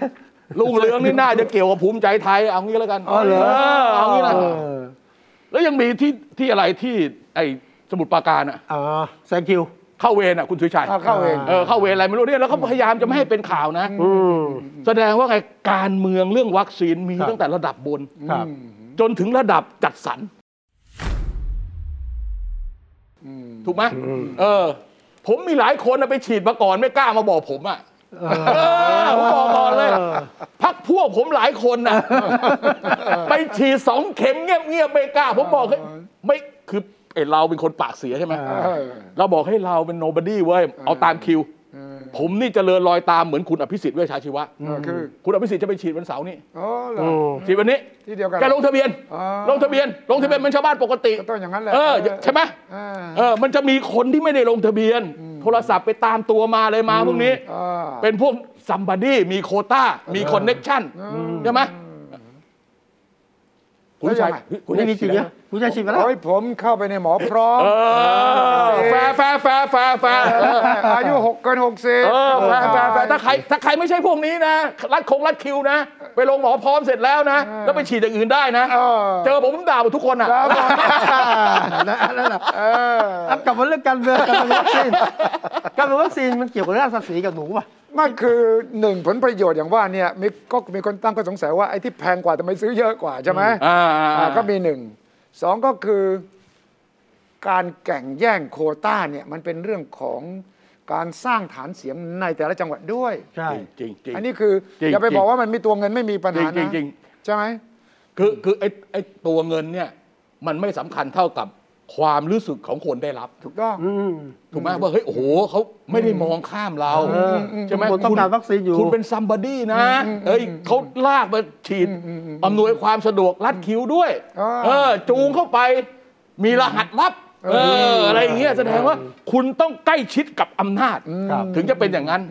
รุ่งเรืองนี่น่าจะเกี่ยวกับภูมิใจไทยเอางี้แล้วกัน อ๋อเหรอ เอางี้นะ เออ แล้วยังมีที่ที่อะไรที่ไอ้สมุดปราการอะ อ๋อแซงคิว เข้าเวรอะคุณสุชัย เอาเข้าเอง เออเข้าเวรอะไรไม่รู้เนี่ยแล้วเขาพยายามจะไม่ให้เป็นข่าวนะ อืม แสดงว่าไงการเมืองเรื่องวัคซีนมี ครับ ตั้งแต่ระดับบน ครับ จนถึงระดับจัดสรรถูกไหมเออ ผมมีหลายคนน่ะไปฉีดมาก่อนไม่กล้ามาบอกผมอ่ะเออผมบอกก่อนเลย เออ พักพวกผมหลายคนนะไปฉีดสองเข็มเงียบๆไม่กล้า ผมบอกให้ไม่คือไอเราเป็นคนปากเสียใช่ไหม เออ เราบอกให้เราเป็นโนบ o ดี้เว้ยเอาตามคิว ผมนี่เจริญรอยตามเหมือนคุณอภิสิทธิ์เวชชาชีวะ เออคือ คุณอภิสิทธิ์จะไปฉีดวันเสาร์นี้ อ๋อเหรอ อืม ฉีดวันนี้ ที่เดียวกัน แกลงทะเบียน อ๋อ ลงทะเบียน ลงทะเบียนเป็นชาวบ้านปกติ ก็ต้องอย่างนั้นแหละ เออ เออ ใช่ไหม อ่า เออ มันจะมีคนที่ไม่ได้ลงทะเบียน โทรศัพท์ไปตามตัวมาเลยมาพวกนี้ อ่า เป็นพวกซัมบ o ดี้มีโคต้า มีคอนเน็กชันใช่ไหมคุณชัย แล้วยังไง คุณ นี่มี มี จริงนะผู้ชายฉีดมาแล้ว โอ้ยผมเข้าไปในหมอพร้อม เออ เออ แฟร์แฟร์แฟร์แฟร์แฟร์เออ อายุหกเกินหกสิบ เออแฟร์แฟร์แฟร์ถ้าใครถ้าใครไม่ใช่พวกนี้นะ รัดคงรัดคิวนะ ไปลงหมอพร้อมเสร็จแล้วนะ แล้วไปฉีดอย่างอื่นได้นะ เออ เจอผมผมด่าหมดทุกคนอ่ะ ครับผม นั่นแหละ เออ อ่ะกลับมาเรื่องการเมืองการเมืองวัคซีนการเมืองวัคซีนมันเกี่ยวกับเรื่องศักดิ์ศรีกับหนูป่ะ มันคือหนึ่งผลประโยชน์อย่างว่าเนี่ยมีก็มีคนตั้งข้อสงสัยว่าไอ้ที่แพงกว่าทำไมซื้อเยอะกว่าใช่ไหม อ่า อ่าก็มีหนึ่งสองก็คือ การแข่งแย่งโควต้าเนี่ยมันเป็นเรื่องของการสร้างฐานเสียงในแต่ละจังหวัดด้วย ใช่ จริงจริง อันนี้คือ จริง อย่าไป จริง บอกว่ามันมีตัวเงินไม่มีปัญหา จริ นะ งจริง ใช่ไหม คือคือไอ้ไอ้ตัวเงินเนี่ย มันไม่สำคัญเท่ากับความรู้สึกของคนได้รับ ถูกต้อง อืม ถูกไหมว่าเฮ้ยโอ้โหเขาไม่ได้มองข้ามเรา เออ ใช่ไหม คนต้องการวัคซีนอยู่ คุณเป็นซัมบ o ดี้นะเอ้ยเขาลากมาฉีดอำนวยความสะดวกรัดคิวด้วย อ่า เออ จูงเข้าไป มีรหัสลับ เออ อะไรอย่างเงี้ยแสดงว่าคุณต้องใกล้ชิดกับอำนาจ ครับ ถึงจะเป็นอย่างนั้น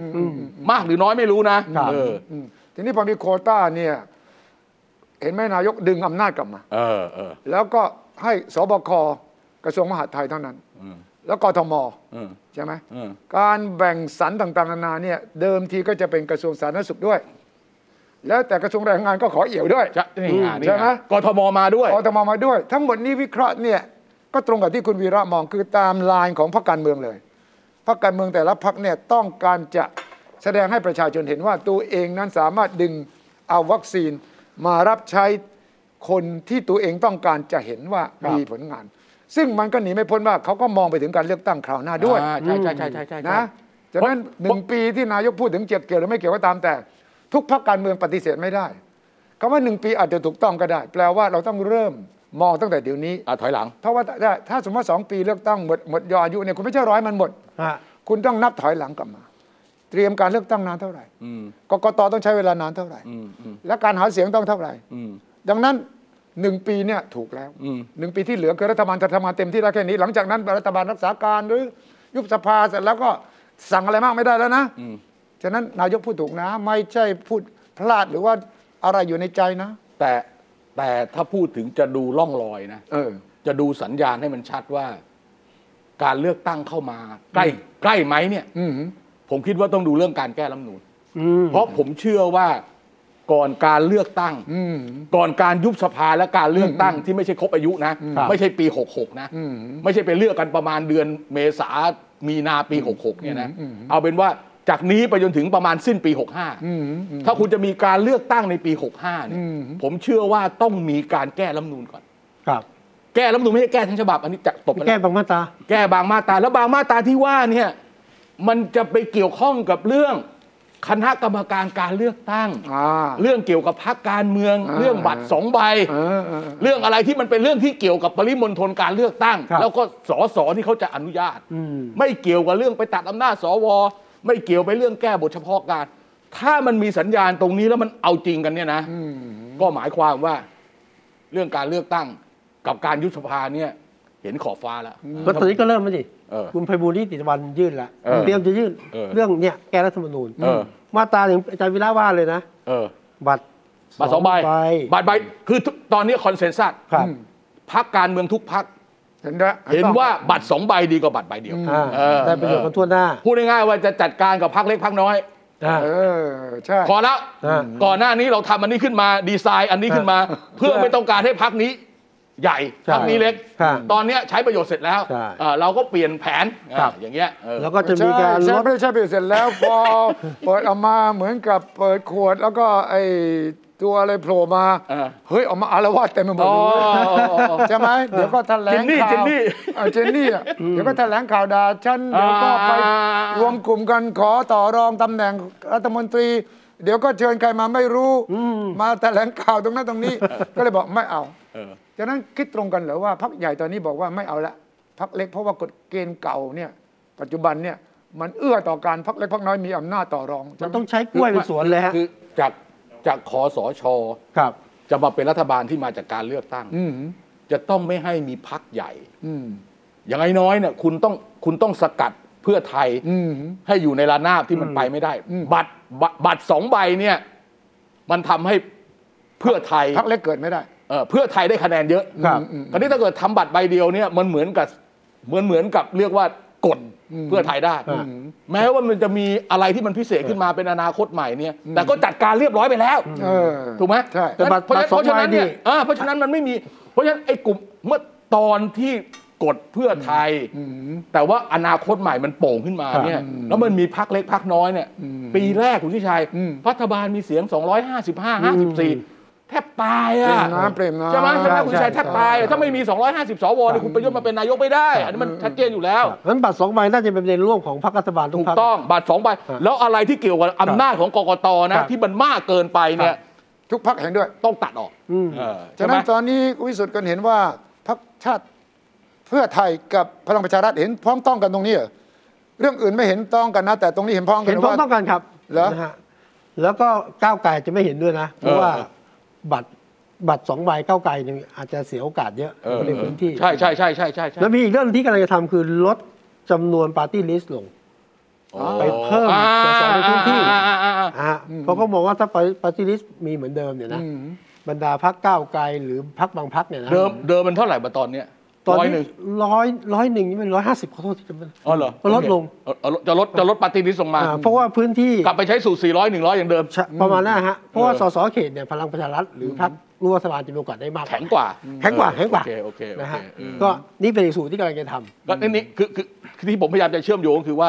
มากหรือน้อยไม่รู้นะครับ เออ อืมทีนี้พอมีโควต้าเนี่ย เห็นไหมนายกดึงอำนาจกลับมา เออเออ แล้วก็ให้สบคกระทรวงมหาดไทยเท่านั้น แล้วกทม เออ ใช่ไหม เออ การแบ่งสรรต่างๆนานาเนี่ย เดิมทีก็จะเป็นกระทรวงสาธารณสุขด้วย แล้วแต่กระทรวงแรงงานก็ขอเอี่ยวด้วย ใช่นี่ไงนี่ ใช่ ไง ไหม กทมมาด้วย กทมมาด้วย ทั้งหมดนี้วิเคราะห์เนี่ยก็ตรงกับที่คุณวีระมองคือตามไลน์ของพรรคการเมืองเลยพรรคการเมืองแต่ละพรรคเนี่ยต้องการจะแสดงให้ประชาชนเห็นว่าตัวเองนั้นสามารถดึงเอาวัคซีนมารับใช้คนที่ตัวเองต้องการจะเห็นว่ามีผลงาน ซึ่งมันก็หนีไม่พ้นว่าเขาก็มองไปถึงการเลือกตั้งคราวหน้าด้วย อ่าใช่ใช่ใช่ใช่ใช่ใช่ นะจากนั้นหนึ่งปีที่นายกพูดถึงเจ็บเกี่ยวหรือไม่เกี่ยวก็ตามแต่ ทุกพรรคการเมืองปฏิเสธไม่ได้คำว่าหนึ่งปีอาจจะถูกต้องก็ได้ แปลว่าเราต้องเริ่มมองตั้งแต่เดี๋ยวนี้ อ่ะถอยหลัง ถ้าว่าถ้าถ้าสมมติว่าสองปีเลือกตั้งหมดหมดยออายุเนี่ยคุณไม่ใช่ร้อยมันหมด ฮะ คุณต้องนับถอยหลังกลับมา เตรียมการเลือกตั้งนานเท่าไหร่ อืม กกตต้องใช้เวลานานเท่าไหร่ อืมอืม และการหาเสียงต้องเท่าไหร่ อืม ดังนั้นหนึ่งปีเนี่ยถูกแล้ว อืม หนึ่งปีที่เหลือคือรัฐบาลจะทำงานเต็มที่ได้แค่นี้ หลังจากนั้นรัฐบาลรักษาการหรือยุบสภาเสร็จแล้วก็สั่งอะไรมากไม่ได้แล้วนะฉะนั้นนายกพูดถูกนะ ไม่ใช่พูดพลาดหรือว่าอะไรอยู่ในใจนะ แต่แต่ถ้าพูดถึงจะดูล่องรอยนะ เออ จะดูสัญญาณให้มันชัดว่า การเลือกตั้งเข้ามา ใกล้ใกล้ไหมเนี่ย อืม ผมคิดว่าต้องดูเรื่องการแก้รัฐธรรมนูน อืม เพราะผมเชื่อว่าก่อนการเลือกตั้ง อืม ก่อนการยุบสภาและการเลือกตั้งที่ไม่ใช่ครบอายุนะ ไม่ใช่ปี 66 นะ ไม่ใช่ไปเลือกกันประมาณเดือนเมษามีนาปี 66 เนี่ยนะ เอาเป็นว่าจากนี้ไปจนถึงประมาณสิ้นปี 65 ถ้าคุณจะมีการเลือกตั้งในปี 65 เนี่ย ผมเชื่อว่าต้องมีการแก้รัฐธรรมนูลก่อน ครับ แก้รัฐธรรมนูลไม่ใช่แก้ทั้งฉบับอันนี้จะตกไป แก้ แล้ว บางมาตรา แก้บางมาตราแล้วบางมาตราที่ว่าเนี่ยมันจะไปเกี่ยวข้องกับเรื่อง คณะกรรมการการเลือกตั้ง อ่า เรื่องเกี่ยวกับพรรคการเมือง อ่า เรื่องบัตรสองใบ เออเออ เรื่องอะไรที่มันเป็นเรื่องที่เกี่ยวกับปริมณฑลการเลือกตั้ง ครับ แล้วก็สสที่เขาจะอนุญาต อืม ไม่เกี่ยวกับเรื่องไปตัดอำนาจสว ไม่เกี่ยวไปเรื่องแก้บทเฉพาะการ ถ้ามันมีสัญญาณตรงนี้แล้วมันเอาจริงกันเนี่ยนะ ก็หมายความว่า เรื่องการเลือกตั้งกับการยุบสภาเนี่ย เห็นขอบฟ้าแล้ว ก็ตอนนี้ก็เริ่มแล้วดิ เออ คุณไพบูลย์นิติตะวันยื่นละ เออ เตรียมจะยื่น เออ เรื่องเนี่ยแก้รัฐธรรมนูญ เออ มาตราอย่างอาจารย์วิระว่าเลยนะ เออ บัตร บัตรสองใบบัตรใบคือทุกตอนนี้คอนเซนแซส ครับ พักการเมืองทุกพัก เห็นด้วย เห็นว่าบัตรสองใบดีกว่าบัตรใบเดียว อ่า เออ ได้ประโยชน์กันทั่วหน้า พูดง่ายๆว่าจะจัดการกับพักเล็กพักน้อย อ่า เออ ใช่ พอแล้ว อ่า ก่อนหน้านี้เราทำอันนี้ขึ้นมาดีไซน์อันนี้ขึ้นมา เพื่อไม่ต้องการให้พักนี้ ใหญ่ ใช่ พักนี้เล็ก ครับ ตอนเนี้ยใช้ประโยชน์เสร็จแล้ว ใช่ เอ่อเราก็เปลี่ยนแผน ครับ อ่าอย่างเงี้ยเออ แล้วก็จะมีการล ใช่ ด ไม่ใช่เปลี่ยนเสร็จแล้ว พอ เปิดออกมาเหมือนกับเปิดขวดแล้วก็ไอตัวอะไรโผล่มา เออ เฮ้ยออกมาอารวาสเต็มไปหมด อ๋อ เลย ใช่ไหมเดี๋ยวก็แถลง เจนนี่ ข่าว เจนนี่ เออเจนนี่อะเดี๋ยวก็แถลงข่าวด่าฉันเดี๋ยวก็ไป อ่าร วมกลุ่มกันขอต่อรองตำแหน่งรัฐมนตรี เดี๋ยวก็เชิญใครมาไม่รู้ มาแถลงข่าวตรงนั้นตรงนี้ ก็เลยบอกไม่เอา เออ จากนั้นคิดตรงกันเหรอว่าพักใหญ่ตอนนี้บอกว่าไม่เอาละพักเล็กเพราะว่ากฎเกณฑ์เก่าเนี่ย ปัจจุบันเนี่ยมันเอื้อต่อการพักเล็กพักน้อยมีอำนาจต่อรอง มันใช่ไหม ต้องใช้กล้วยเป็นสวนเลยฮะ คือจากจากคอสช ครับ จะมาเป็นรัฐบาลที่มาจากการเลือกตั้ง อืม จะต้องไม่ให้มีพักใหญ่ อืม อย่างน้อยๆเนี่ยคุณต้องคุณต้องสกัดเพื่อไทย อืม ให้อยู่ในระนาบที่มันไปไม่ได้ อืม บัตรบตรบัตรสองใบเนี่ย มันทำให้เพื่อไทย พักเล็กเกิดไม่ได้ เอ่อเพื่อไทยได้คะแนนเยอะ ครับ อืมคราวนี้ถ้าเกิดทำบัตรใบเดียวเนี่ยมันเหมือนกับเหมือนเหมือนกับเรียกว่ากดเพื่อไทยได้ อืม แม้ว่ามันจะมีอะไรที่มันพิเศษขึ้นมาเป็นอนาคตใหม่เนี่ย แต่ก็จัดการเรียบร้อยไปแล้ว เออ ถูกไหม ใช่ แต่บัตร เพราะฉะบัตรสองนั้นเพราะฉะนั้นเนี่ย ใบนี่ เออเพราะฉะนั้นมันไม่มี เพราะฉะนั้นไอ้กลุ่มเมื่อตอนที่กดเพื่อไทย อืม แต่ว่าอนาคตใหม่มันโป่งขึ้นมาเนี่ยแล้วมันมีพักเล็กพักน้อยเนี่ย ปีแรกคุณทิชัย อืม รัฐบาลมีเสียง 255 54 แทบตายอ่ะ เปรมน้ำเปรมน้ำ ใช่ไหมใช่ไหมคุณทิชัย ใช่ แทบตายอะ ใช่ ถ้าไม่มี 250 สวเนี่ยคุณประยุทธ์มาเป็นนายกไม่ได้ อันนี้มันชัดเจนอยู่แล้ว นั้นบัตรสองใบน่าจะเป็นประเด็นร่วมของพรรครัฐบาลทุ ถู ก ก พรรค ต้องบัตรสองใบ ครับ แล้วอะไรที่เกี่ยวกับอำนาจของกกต ค นะ รับ ที่มันมากเกินไปเนี่ย ครั ทุกพักเห็นด้วย ต้องตัดออก อืม เออใช่ ฉะ ไหม นั้นตอนนี้วิสุทธ์กันเห็นว่าพรรคชาติเพื่อไทยกับพลังประชารัฐเห็นพร้อมต้องกันตรงนี้เหรอเรื่องอื่นไม่เห็นต้องกันนะ แต่ตรงนี้เห็นพ้องกัน เห็นพ้อง ว่า ต้องกันครับ เหรอ นะฮะแล้วก็ก้าวไกลจะไม่เห็นด้วยนะ เพราะว่า เออ บัตรบัตรสองใบก้าวไกลหนึ่งอาจจะเสียโอกาสเยอะ เออ ในพื้นที่ ใช่ใช่ใช่ใช่ใช่ใช่ แล้วมีอีกเรื่องที่กำลังจะทำคือลดจำนวนปาร์ตี้ลิสต์ลง ไปเพิ่ม อ่า สสในพื้นที่ อ่าอ่าอ่าอ่า นะฮะเพราะเขามองว่าถ้าปาร์ตี้ลิสต์มีเหมือนเดิมเนี่ยนะ อืม บรรดาพักก้าวไกลหรือพักบางพักเนี่ยนะ เดิมเดิมมันเท่าไหร่มาตอนเนี้ย ตอน ร้อยห นี้ นึ่ง ร้อยร้อยหนึ่งนี่เป็นร้อยห้าสิบขอโทษที่จำเป็น อ๋อเหรอ มันลดลง เออเออจะลดจะลดปาร์ตี้ลิสต์ลงมา อ่าเพราะว่าพื้นที่ กลับไปใช้สูตร 400 100 อย่างเดิม ใช่ประมาณนั้นฮะ เพราะว่า เออ สสเขตเนี่ยพลังประชารัฐหรือพรรคร่วมรัฐบาลจะมีโอกาสได้มาก แข็งกว่า แข็งกว่าแข็งกว่า โอเคโอเคโอ นะ เค ฮะ เออ ก็นี่เป็นอีกสูตรที่กำลังจะท ก็นี่นี่คือคือคือที่ผมพยายามจะเชื่อมโยงคือว่า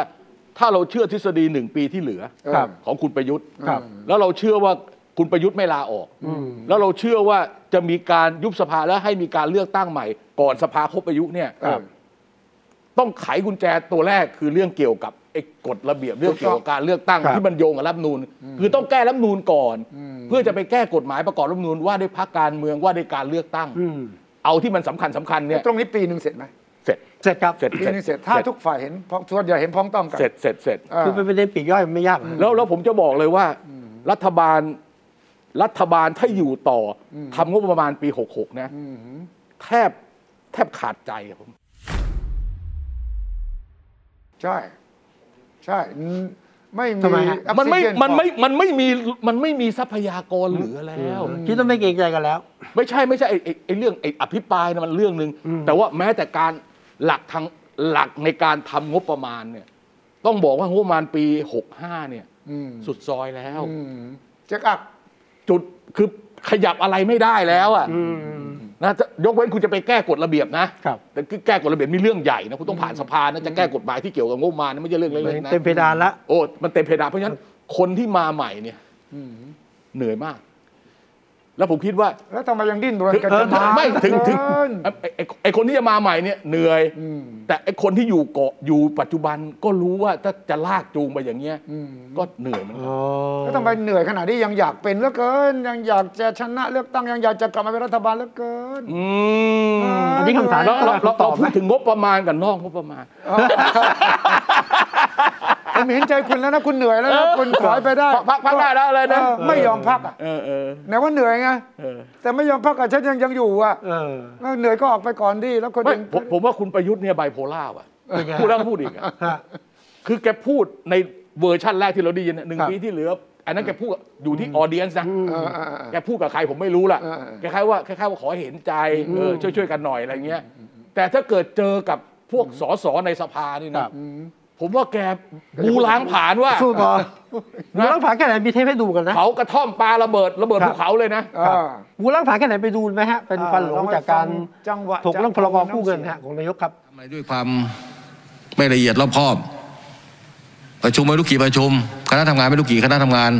ถ้าเราเชื่อทฤษฎีหนึ่งปีที่เหลือ เออ ำครับ ของคุณประยุทธ์ ครับ แล้วเราเชื่อว่าคุณประยุทธ์ไม่ลาออก แล้วเราเชื่อว่าจะมีการยุบสภาและให้มีการเลือกตั้งใหม่ ก่อนสภาครบอายุเนี่ย ครับ ต้องไขกุญแจตัวแรกคือเรื่องเกี่ยวกับไอ้กฎระเบียบเรื่องเกี่ยวกับการเลือกตั้ง ครับ ที่มันโยงกับรัฐธรรมนูนคือต้องแก้รัฐธรรมนูนก่อน เพื่อจะไปแก้กฎหมายประกอบรัฐธรรมนูนว่าด้วยพรรคการเมืองว่าด้วยการเลือกตั้ง อืม เอาที่มันสำคัญสำคัญเนี่ย ตรงนี้ปีหนึ่งเสร็จไหม เสร็จ เสร็จครับ เสร็จ ปีหนึ่งเสร็จถ้าทุกฝ่ายเห็นพ้องส่วนใหญ่เห็นพ้องต้องกัน เสร็จเสร็จเสร็จ เออ คือเป็นประเด็นปลีกย่อยมันไม่ยากนะ แล้วแล้วผมจะบอกเลยว่ารัฐบาลรัฐบาลถ้าอยู่ต่ออทำงบประมาณปี 66 นะแทบแทบขาดใจอะผม ใช่ ใช่อืมไม่มี ทำไมฮะ ออก มันไม่ ซิเจพอ มันไม่มันไม่มีมันไม่มีทรัพยากรเหลือแล้ว คิดว่าไม่เกรงใจกันแล้ว ไม่ใช่ไม่ใช่ไอ้ไอ้ไอ้เรื่องไอ้อภิปรายนะมันเรื่องหนึ่งแต่ว่าแม้แต่การหลักทางหลักในการทำงบประมาณเนี่ยต้องบอกว่างบประมาณปี 65 เนี่ย อืม สุดซอยแล้ว อืมเจ๊กอัก จุดคือขยับอะไรไม่ได้แล้วอ่ะ อืม นะจะยกเว้นคุณจะไปแก้กฎระเบียบนะครับ แต่คือแก้กฎระเบียบมีเรื่องใหญ่นะคุณต้องผ่านสภานะจะแก้กฎหมายที่เกี่ยวกับงบประมาณนะไม่ใช่เรื่องเล็กๆนะ เต็มเพดานละ โอ้มันเต็มเพดานเพราะฉะนั้นคนที่มาใหม่เนี่ยเหนื่อยมาก แล้วผมคิดว่า แล้วทำไมยังดิ้นรน ถึง กัน เออ จะมา ไม่ถึงถึง เกิน ไอ้ไอ้ไอ้คนที่จะมาใหม่เนี่ยเหนื่อย แต่ไอ้คนที่อยู่เกาะอยู่ปัจจุบันก็รู้ว่าถ้าจะลากจูงไปอย่างเงี้ย อืม ก็เหนื่อยเหมันกัน แล้วทำไมเหนื่อยขนาดนี้ยังอยากเป็นเหลือเกิน ยังอยากจะชนะเลือกตั้งยังอยากจะกลับมาเป็นรัฐบาลเหลือเกิน อืม อันนี้คำถาม เราเราเรา คำตอเราบ พู ไหม ดถึงงบประมาณกับนอกงบประมาณ ผมเห็นใจคุณแล้วนะคุณเหนื่อยแล้วนะคุณถอยไปได้ พักพักได้แล้วเลยนะ ออไม่ยอมพักอ่ะ เออเออ ไหนว่าเหนื่อยไง เออ แต่ไม่ยอมพักอ่ะฉันยังยังอยู่อ่ะ เออ แล้วเหนื่อยก็ออกไปก่อนดิแล้วคน ไม่ อื่น ผมผมว่าคุณประยุทธ์เนี่ยไบโพล่าว่ะ เป็นไง พูดแล้วก็พูดอีกอะ ฮะ คือแกพูดในเวอร์ชั่นแรกที่เราได้ยินเนี่ยหนึ่ง ครับ ปีที่เหลือ อันนั้นแกพูดอยู่ที่ออเดียนซ์นะ เออเออเออ แกพูดกับใครผมไม่รู้ล่ะ เออเออ คล้ายๆว่าคล้ายๆว่าขอเห็นใจเออช่วยช่วยๆกันหน่อยอะไรเงี้ย แต่ถ้าเกิดเจอกับพวกสสในสภานี่ ครั นะ บ ผมว่าแกบูล้างผลาญว่า สู้ต่อบูรังผาแค่ไหนมีเทปให้ดูกันนะ เผากระท่อมปลาระเบิดระเบิด ครับ ภูเขาเลยนะ เออ บูรังผาแค่ไหนไปดูไหมฮะ เป็นฟันหลงจากการ จังหวะ ถกเรื่องพลกรกู้เงินฮะของนายกครับ ทำอะไรด้วยความไม่ละเอียดรอบคอบ ประชุมไม่รู้กี่ประชุม คณะทำงานไม่รู้กี่คณะทำงาน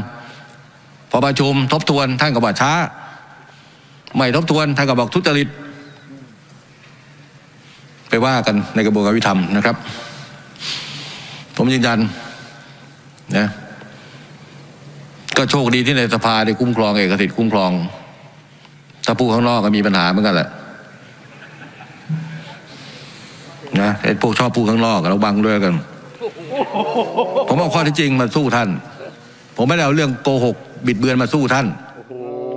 พอประชุมทบทวนท่านก็บอกช้า ไม่ทบทวนท่านก็บอกทุจริต ไปว่ากันในกระบวนการยุติธรรมนะครับ ผมยืนยันนะก็โชคดีที่ในสภาได้คุ้มครองเอกสิทธิ์คุ้มครอง ถ้าพูดข้างนอกก็มีปัญหาเหมือนกันแหละ นะไอ้พวกชอบพูดข้างนอกอะระวังด้วยกัน ผมเอาข้อที่จริงมาสู้ท่าน ผมไม่ได้เอาเรื่องโกหก บิดเบือนมาสู้ท่าน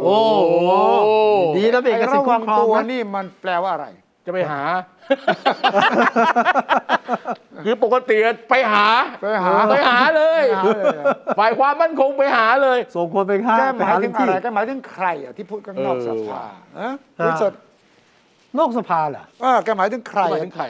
โอ้โหดีนะเบรก ไอ้ กระสิบ ระ คุ้ วั ม ง ครอง ตัว นะ นี่มันแปลว่าอะไร จะไปหา คือปกติไปหา ไปหา ไปหาเลย ไปหาเลยอะ ฝ่ายความมั่นคงไปหาเลย ส่งคนไปฆ่า แกห ไป มาย หา ถึ เรื่ ง อง อะ ที่ ไรแกหมายถึงใครอ่ะที่พูดข้างนอก เออ ส ว่ะ ภาฮะ ฮะ คุณสด นอกสภาเหรอ เออแกหมายถึงใคร หมาย อะ ถึงใคร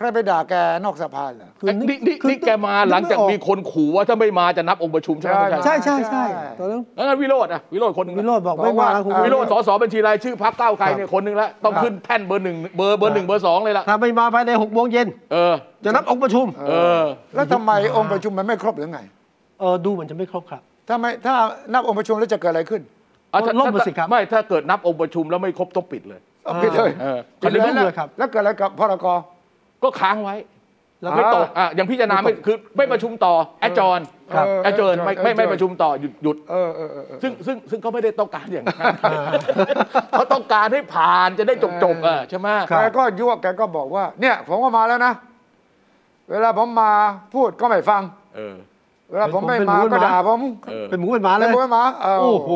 ใครไปด่าแกนอกสภาเหรอ คือ ไอ้นี่นี่ คือ นี่แกมาหลังจากมีคนขู่ว่าถ้าไม่มาจะนับองค์ประชุมใช่ไหม ใช่ คุณ ใช่ ชัย ใช่ใช่ ใช่ ตอนนั้น แล้วงั้นวิโรจน์อะวิโรจน์คนหนึ่งละ วิโรจน์บอก บอก ไม่ว่าแล้วคุณ ว่า วิ วิ โร โร จ จ น์ น์ สสบัญชีรายชื่อพรรคก้าวไกล ครับ เนี่ยคนหนึ่งละต้อง ครับ ขึ้นแท่นเบอร์หนึ่งเบอร์เบอร์หนึ่งเบอร์สองเลยล่ะ ถ้าไม่มาภายในหกโมงเย็น เออ จะนับองค์ประชุม เออ แล้วทำไมองค์ประชุมมันไม่ครบหรือไง เออดูเหมือนจะไม่ครบครับ ถ้าไม่ถ้านับองค์ประชุมแล้วจะเกิดอะไรขึ้น เอาถ้า ลบหมดสิครับ ไม่ถ้าเกิดนับองค์ประชุมแล้วไม่ครบต้องปิดเลย เอาปิดเลย เออ ปิด เขาจะยุ่งเลยครับ แล้วเกิดอะไรกับพรก ก็ค้างไว้ แล้ว ไม่ ก็ ตกอ่ะอย่างพิจารณาไม่คือไม่ประชุมต่อแอดจอน ครับ แอดจอนไม่ไม่ไม่ประชุมต่อหยุดหยุด เออเออเออเออ ซึ่งซึ่งซึ่งเขาไม่ได้ต้องการอย่างนั้น เขาต้องการให้ผ่านจะได้จบจบๆอ่ะใช่ไหม ครับ แกก็ยั่วแกก็บอกว่า เนี่ย ผมก็มาแล้วนะ เวลาผมมาพูดก็ไม่ฟัง เออ เวลาผมไม่มา ผมเป็นหมู ก็ หมา ด่าผม เออ เป็นหมูเป็นหมาเล ไม่ ย พูดมาเา โอ้โห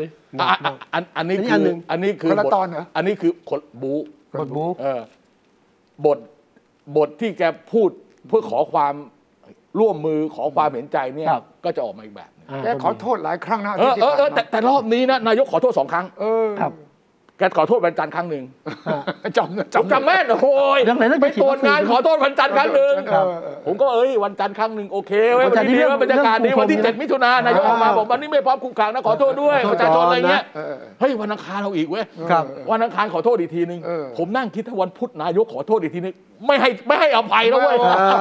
หนั อ่ะ กมา อ่ะ ก อันอันนี้ อันนี้นคือ หนึ่ง อันนี้คือ คนละ บท ตอนเหรอ อันนี้คือคนบู กดบู เออบทบทที่แกพูดเพื่อขอความร่วมมือขอความเห็นใจเนี่ย ครับ ก็จะออกมาอีกแบบหนึ่ง แกขอโทษหลายครั้งนะ เออ ที่ เออเออ ผ่านมา แต่แต่รอบนี้นะนายกขอโทษสองครั้ง เออ ครับ แกขอโทษวันจันทร์ครั้งหนึ่ง จำนะ ผม จำนะ จำแม่นโอ้ย เรื่องไหนเรื่อง ไป ฉีด ตรว วั จ คซีน งานขอโทษวันจันทร์ครั้งหนึ่ง ครับเออ ผมก็เอ้ยวันจันทร์ครั้งหนึ่งโอเคเว้ย วั วัน นจันทร์ นี้นี่ดีเรื่ ว่า อง บรรยากาศดีวันที่ เรื่อง เจ็ดมิถุนายนนายกออกมาบอกวันนี้ไม่พร้อมคุมขังนะขอโทษด้วยประชาชนอะไรเงี้ย เออเออ เฮ้ยวันอังคารเราอีกเว้ย ครับ วันอังคารขอโทษอีกทีนึง เออ ผมนั่งคิดถ้าวันพุธนายกขอโทษอีกทีนึงไม่ให้ไม่ให้อภัยแล้วเว้ย เออ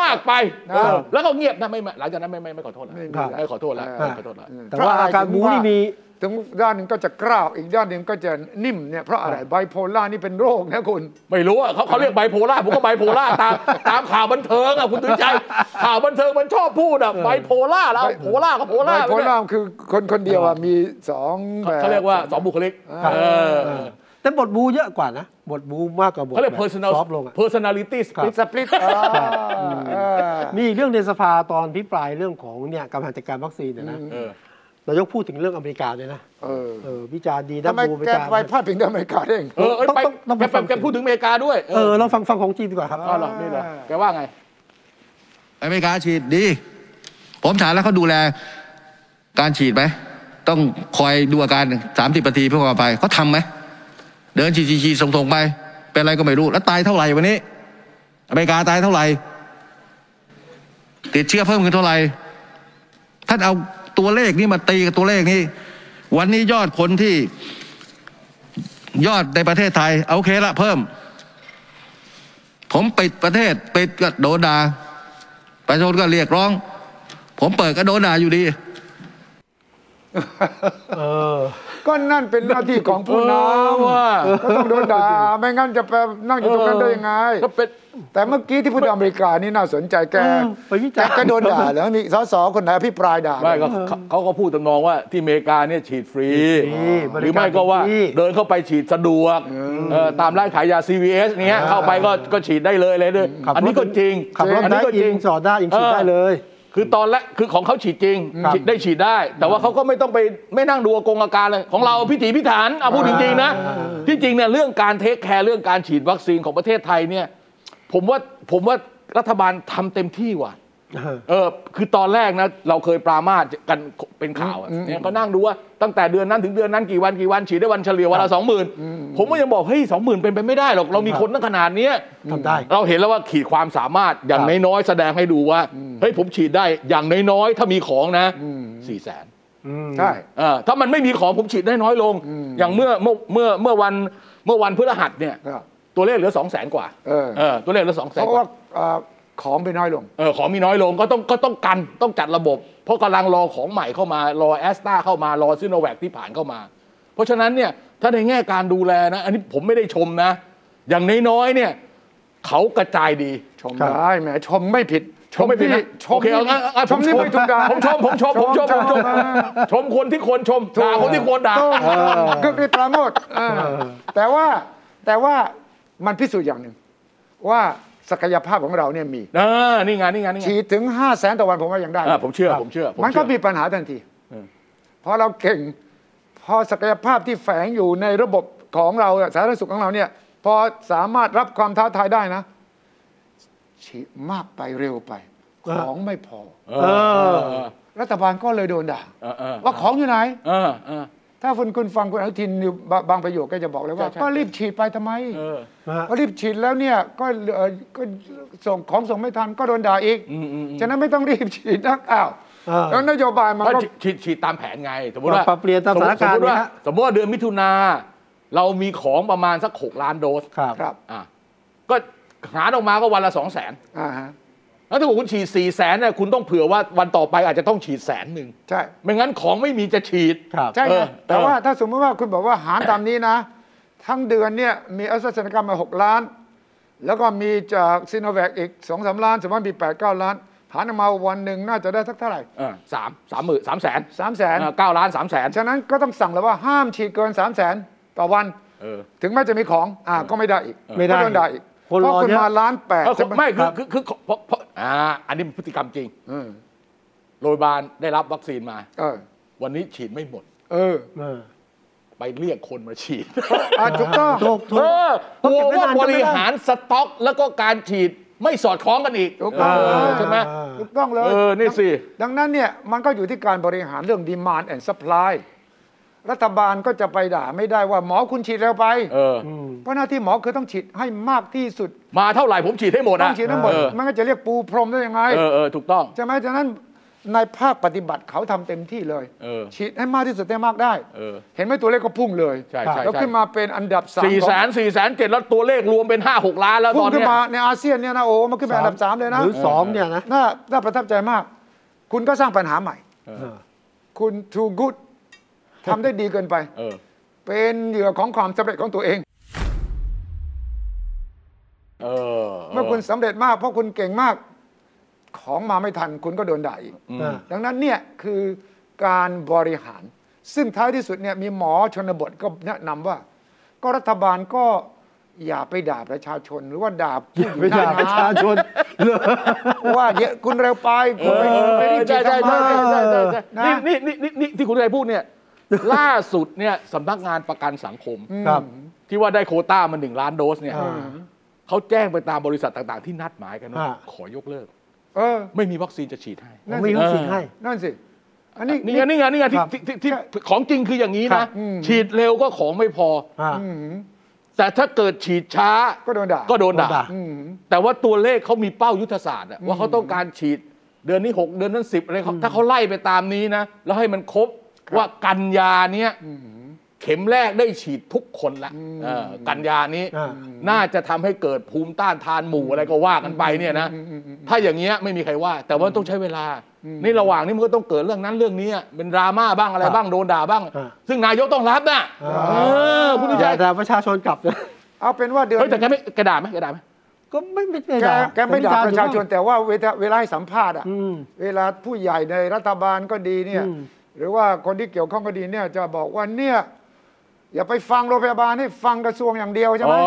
มากไปเออแล้วก็เงียบนะไม่ไม่หลังจากนั้นไม่ไม่ไม่ขอโทษแล้ว ไม่มี ครับ ไม่ขอโทษแล้วไม่ขอโทษแล้ว แต่ว่าอาการบูนี่มี ถึงด้านหนึ่งก็จะกล้าวอีกด้านหนึ่งก็จะนิ่มเนี่ยเพราะอะไรไบโพล่านี่เป็นโรคนะคุณ ไม่รู้อะเขาเขาเรียกไบโพล่าผมก็ไบโพล่าตามตามข่าวบันเทิงอะคุณตุ้ยใจ ข่าวบันเทิงมันชอบพูดอะไบโพล่าแล้วโพล่าก็โพ ไบ ล่า โพล่าคือคนคนเดียวอะมีสอง เขา แบบ เขาเรียกว่าสองบุคลิก ครับ เออ แต่บทบูเยอะกว่านะบทบูมากกว่าบท เขาเรียก แบบ personal ซอฟต์ลงอะ personality ครับ split สปลิต มีอีกเรื่องในสภาตอนพิปรายเรื่องของเนี่ยกำลังจัดการวัคซีนเนี่ยนะ เออน ายกพูดถึงเรื่องอเมริกาเลยนะ เออ เออวิจารณ์ดีนะ ทำไม บูวิ แก จารณ์ ไปพลาดพิงถึงอเมริกาได้ยังไง เออเอ้ย ต้อง ไป ต้อง แก ไปฟัง แกพูดถึงอเมริกาด้วย เออเราฟังฟังของจีนดีกว่าครับ เอาเหรอนี่เหรอแกว่าไง อเมริกาฉีดดี ผมถามแล้วเขาดูแลการฉีดไหม ต้องคอยดูอาการสามสิบนาทีเพื่อความปลอดภัยเขาทำไหม เดินฉีดฉีดฉีดส่งส่งไป เป็นอะไรก็ไม่รู้ แล้วตายเท่าไหร่วันนี้ อเมริกาตายเท่าไหร่ ติดเชื้อเพิ่มขึ้นเท่าไหร่ ท่านเอาตัวเลขนี้มาตีกับตัวเลขนี้ วันนี้ยอดคนที่ยอดในประเทศไทยเอาโอเคละเพิ่ม ผมปิดประเทศปิดก็โดนด่า ประชาชนก็เรียกร้อง ผมเปิดก็โดนด่าอยู่ดี เ เออ ก็นั่นเป็นหน้าที่ของผู้น เออว่า ำก็ต้องโดนด่าไม่งั้นจะไปนั่งอยู่ตรงนั้นได้ยังไง ก็เป็น แต่เมื่อกี้ที่พูดถึงอเมริกานี่น่าสนใจแก อืมไปวิจารณ์ แกก็โดนด่าแล้วมีสสคนไหนพี่ปลายด่า ไม่ก็เขาเขาก็พูดตำนองว่าที่อเมริกาเนี่ยฉีดฟรี บริการ หรือไม่ก็ว่า ฟรี เดินเข้าไปฉีดสะดวกเอ่อตามร้านขายยา CVS เนี้ยเข้าไปก็ก็ฉีดได้เลยเลยด้วย ขับ อันนี้ก็จริง ขับรถ อัน ได้ นี้ก็ อิ จริง นจอดได้อินฉีดได้เลย คือตอนแรกคือของเขาฉีดจริง ครับ ฉีดได้ฉีดได้ แต่ว่าเขาก็ไม่ต้องไปไม่นั่งดูอากงอาการเลย ของเราพิถีพิถันเอาพูดจริงๆนะที่จริงเนี่ยเรื่องการเทคแคร์เรื่องการฉีดวัคซีนของประเทศไทยเนี่ยผมว่าผมว่ารัฐบาลทำเต็มที่ว่ะ เออ เออคือตอนแรกนะเราเคยปรามาสกันเป็นข่าวอะเนี่ยก็นั่งดูว่าตั้งแต่เดือนนั้นถึงเดือนนั้นกี่วันกี่วันฉีดได้วันเฉลี่ยวันละสองหมื่นผมก็ยังบอกเฮ้ยสองหมื่นเป็นไปไม่ได้หรอกเรามีคนตั้งขนาดเนี้ย ทำได้ เราเห็นแล้วว่าขีดความสามารถอย่าง ครับ น้อยๆแสดงให้ดูว่าเฮ้ยผมฉีดได้อย่างน้อยๆถ้ามีของนะสี่แสน อืม ใช่ เออถ้ามันไม่มีของผมฉีดได้น้อยลง อย่างเมื่อเมื่อเมื่อเมื่อวันเมื่อวันพฤหัสเนี่ย ครับ ตัวเลขเหลือสองแสนกว่า เออ ตัวเลขเหลือสองแสนเพราะว่าเอ่อของไปน้อยลง เออของมีน้อยลงก็ต้องก็ต้องกันต้องจัดระบบ เพราะกำลังรอของใหม่เข้ามารอแอสตาเข้ามารอซิโนแวคที่ผ่านเข้ามา เพราะฉะนั้นเนี่ยถ้าในแง่การดูแลนะ อันนี้ผมไม่ได้ชมนะ อย่างน้อยๆเนี่ยเขากระจายดี ชมได้แหมชมไม่ผิด ชมไม่ผิดนะ ช โอ ม เคเอางั้นเอางั้น ชมนี่ ผมชม ไม่ถูกด่า ผมชมผมชมผมชมผมชมชมคนที่ควรชมด่าคนที่ควรด่า ต้องก็คือปราโมทเออแต่ว่าแต่ว่ามันพิสูจน์อย่างหนึ่ง ว่าศักยภาพของเราเนี่ยมี อ่านี่ไงานนี่ไงานนี่ไง ฉีดถึง 5 0 0แสนต่อวันผมว่ายังได้ อ่าผมเชื่อผมเชื่อผ มันก็ เชื่อ มีปัญหาทันที เออ เพราะเราเก่ง พอศักยภาพที่แฝงอยู่ในระบบของเราอะสาธารณสุขของเราเนี่ย พอสามารถรับความท้าทายได้นะฉีดมากไปเร็วไป อ่า ของไม่พอ เออเออ รัฐบาลก็เลยโดนด่า เออเออ ว่าของอยู่ไหน เออเออ ถ้าคุณคุณฟังคุณอนุทินอยู่บะบางประโยคก็จะบอกเลยว่า ใช่ใช่ ก็รีบฉีดไปทำไม เออ นะฮะ ก็รีบฉีดแล้วเนี่ยก็เอ่อก็ส่งของส่งไม่ทันก็โดนด่าอีก อืมอืมอืม ฉะนั้นไม่ต้องรีบฉีดนักอ้าว เออ แล้วนโยบายมัน ก็ ก็ ฉีดฉีดฉีดตามแผนไง สมมติว่า ปรับเปลี่ยนตามสถานการณ์ สมมติว่า นะฮะ สมมติว่าเดือนมิถุนาเรามีของประมาณสักหกล้านโดส ครับ ครับ อ่ะก็หารออกมาก็วันละสองแสน อ่าฮะ แล้วถ้าเกิดคุณฉีดสี่แสนเนี่ยคุณต้องเผื่อว่าวันต่อไปอาจจะต้องฉีดแสนหนึ่ง ใช่ ไม่งั้นของไม่มีจะฉีด ครับ ใช่ เอ ไง อ แต่ เออ ว่าถ้าสมมติว่าคุณบอกว่าหารตามนี้นะ ทั้งเดือนเนี่ยมีอัสสันกรรมมาหกล้าน แล้วก็มีจากซีโนแวคอีกสองสามล้านสมมติมีแปดเก้าล้าน หารออกมาวันหนึ่งน่าจะได้สักเท่าไหร่ เออสามสามหมื่นสามแสน สามแสน เออเก้าล้านสามแสน ฉะนั้นก็ต้องสั่งแล้วว่าห้ามฉีดเกิน 3 0 0แสนต่อวัน เออ ถึงแม้จะมีของอ่าก็ไม่ได้อีก ไม่ได้ ก็โดนด่าอีกเพ คนรอ ราะคุณ เยอะ มาล้านแปด เออ จะา ไม่คคืรั อบ คือคือเพราะเพราะอ่าอันนี้มันพฤติกรรมจริง เออ โรงพยาบาลได้รับวัคซีนมา เออ วันนี้ฉีดไม่หมด เออ เออ ไปเรียกคนมาฉีด อ่ะถูกต้อง ถูกถู เอก อกลัวว่าบริหารสต็อก แล้วก็การฉีดไม่สอดคล้องกันอีก ถูกต้อง เอใช่ไหม ถูกต้องเลย เออ นี่สิ ดังนั้นเนี่ยมันก็อยู่ที่การบริหารเรื่อง demand and supply รัฐบาลก็จะไปด่าไม่ได้ว่าหมอคุณฉีดแล้วไป เออ เพราะหน้าที่หมอคือต้องฉีดให้มากที่สุด มาเท่าไหร่ผมฉีดให้หมด ต้อ นะ งฉีดให้หมด เออ มันก็จะเรียกปูพรมได้ยังไง เออเออถูกต้อง ใช่ไหมฉะนั้นในภาคปฏิบัติเขาทำเต็มที่เลย เออ ฉีดให้มากที่สุดได้มากได้ เออ เห็นไหมตัวเลขก็พุ่งเลย ใช่ใช่ แล้ว ใช่ ขึ้นมาเป็นอันดับสาม สี่แสนสี่แสนเจ็ดแล้วตัวเลขรวมเป็นห้าหกล้านแล้ว พุ่ ต ง อน ขึ้ เนี้ น ย มาในอาเซียนเนี่ยนะโอ้มันขึ้นไปอันดับสามเลยนะ หรือสองเนี่ยนะ น่าน่าประทับใจมาก คุณก็สร้างปัญหาใหม่ เออ คุณ too good ทำได้ดีเกินไป เออ เป็นเหยื่อของความสำเร็จของตัวเอง เออ เมื่อคุณสำเร็จมาก เพราะคุณเก่งมากของมาไม่ทัน คุณก็โดนด่าอีก เออ ดังนั้นเนี่ยคือการบริหาร ซึ่งท้ายที่สุดเนี่ยมีหมอชนบทก็แนะนำว่า ก็รัฐบาลก็อย่าไปด่าประชาชนหรือว่าด่าผู้หญิง ไม่ หน้า ด่าประชา ม้า ชนเลย ว่าเดี๋ยวคุณเร็วไปคุณไปไปรีบฉี ใช่ ด ใช่ ทำไม ใช่ใช่ใช่ใช่ใช่ นะ นี่นี่นี่นี่ที่คุณไรพูดเนี่ย ล่าสุดเนี่ยสำนักงานประกันสังคม ครับ ที่ว่าได้โควต้ามาหนึ่งล้านโดสเนี่ย อ่า เขาแจ้งไปตามบริษัทต่างๆ ที่นัดหมายกันว่า อ่า ขอยกเลิก เออ ไม่มีวัคซีนจะฉีดให้ นั่นสิ ไม่รู้สิให้ นั่นสิ อันนี้ นี่ไงนี่ไงนี่ไงที่ ครับ ที่ที่ที่ของจริงคืออย่างนี้ ครั นะ บ ฉีดเร็วก็ของไม่พอ อ่า อืม แต่ถ้าเกิดฉีดช้า ก็โดนด่า ก็โดนด่า โดนด่า อืม แต่ว่าตัวเลขเขามีเป้ายุทธศาสตร์อะว่าเขาต้องการฉีดเดือนนี้ 6 เดือนนั้น 10อะไรเขาถ้าเขาไล่ไปตามนี้นะ แล้วให้มันครบว่ากันยาเนี้ย เข็มแรกได้ฉีดทุกคนละเออกันยานี้ อ่า น่าจะทำให้เกิดภูมิต้านทานหมู่อะไรก็ว่ากันไปเนี่ยนะ ถ้าอย่างเงี้ยไม่มีใครว่า แต่ว่าต้องใช้เวลา ในระหว่างนี้มันก็ต้องเกิดเรื่องนั้นเรื่องนี้เป็นดราม่าบ้างอะไรบ้างโดนด่าบ้าง อ่า ซึ่งนายกต้องรับนะเออคุณผู้ อ ช ย่าม ด่าประชาชนกลับนะ เอาเป็นว่าเดือน เฮ้ยแต่แกไม่กระดาษไหมกระดาษไหม ก็ไม่ไม่ไม่ แก ด่า แกไม่ด่าประชาชนแต่ว่าเวลาเวลาให้สัมภาษณ์อะ อืม เวลาผู้ใหญ่ในรัฐบาลก็ดีเนี่ย อืม หรือว่าคนที่เกี่ยวข้องก็ดีเนี่ยจะบอกว่าเนี่ยอย่าไปฟังโรงพยาบาลให้ฟังกระทรวงอย่างเดียวใช่ไหม อ๋อ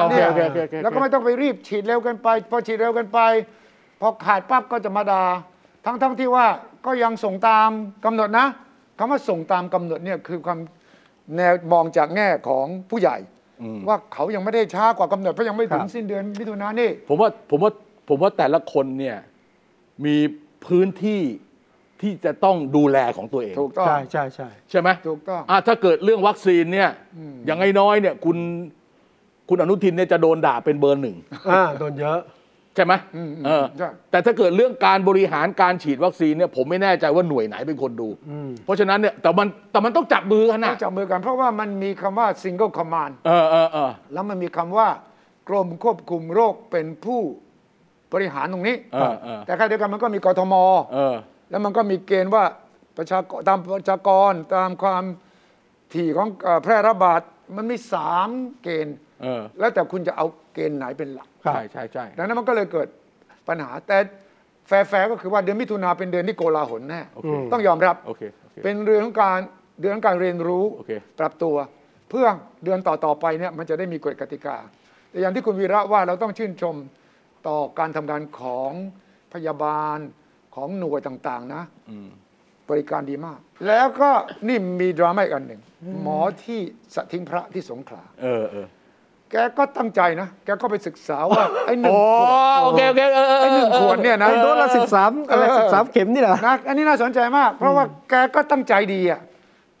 โอเค เนี่ย โอเคโอเคโอเค แล้วก็ไม่ต้องไปรีบฉีดเร็วเกินไป พอฉีดเร็วเกินไป พอขาดปั๊บก็จะมาดา่าทั้งทั้งที่ว่าก็ยังส่งตามกำหนดนะคำว่าส่งตามกำหนดเนี่ยคือความแนวมองจากแง่ของผู้ใหญ่ ว่าเขายังไม่ได้ช้ากว่ากำหนดเพราะยังไม่ถึ ค ง รับ สิ้นเดือนมิถุนายนนี่ ผมว่าผมว่าผมว่าแต่ละคนเนี่ยมีพื้นที่ที่จะต้องดูแลของตัวเอง ถูกต้อง ใช่ใช่ใช่ ใช่ไหม ถูกต้อง อ่ะถ้าเกิดเรื่องวัคซีนเนี่ย อย่างน้อยๆเนี่ยคุณคุณอนุทินเนี่ยจะโดนด่าเป็นเบอ ร์หนึ่ง อ่าโดนเยอะ ใช่ไหม อืมอืม เออ ใช่ แต่ถ้าเกิดเรื่องการบริหารการฉีดวัคซีนเนี่ยผมไม่แน่ใจว่าหน่วยไหนเป็นคนดู อืม เพราะฉะนั้นเนี่ยแต่มันแต่มันต้องจับมือกัน ต้ นะ องจับมือกันเพราะว่ามันมีคำว่า single command เออเออเออ แล้วมันมีคำว่ากรมควบคุมโรคเป็นผู้บริหารตรงนี้ เออเออ แต่ขณะเดียวกันมันก็มีกทม เออ แล้วมันก็มีเกณฑ์ว่าประชากรตามประชากรตามความถี่ของเอ่อแพร่ระบาดมันมีสามเกณฑ์ เออ แล้วแต่คุณจะเอาเกณฑ์ไหนเป็นหลัก ครับ ใช่ใช่ใช่ ดังนั้นมันก็เลยเกิดปัญหา แต่แฟร์ๆก็คือว่าเดือนมิถุนาเป็นเดือนที่โกลาหลแน่ต้องยอมรับ โอเคโอเค เป็นเรื่องของการเรื่องของการเรียนรู้ โอเค ปรับตัว เพื่อเดือนต่อ ๆ ไปเนี่ยมันจะได้มีกฎกติกา แต่อย่างที่คุณวีระว่าเราต้องชื่นชมต่อการทำงานของพยาบาลของหน่วยต่าง ๆ นะ บริการดีมาก แล้วก็นี่มีดราม่าอีกอันหนึ่ง หมอที่สะทิ้งพระที่สงขลา เออเออ แกก็ตั้งใจนะ แกก็ไปศึกษาว่า ไอ้หนึ่ง โอ้ ขวด โอเคโอเคเออเออ ไอ้หนึ่งขวดเนี่ยนะ ไอ้โดนละสิบสามอะไรสิบสามเข็มนี่แหละ นะอันนี้น่าสนใจมาก เพราะว่าแกก็ตั้งใจดีอะ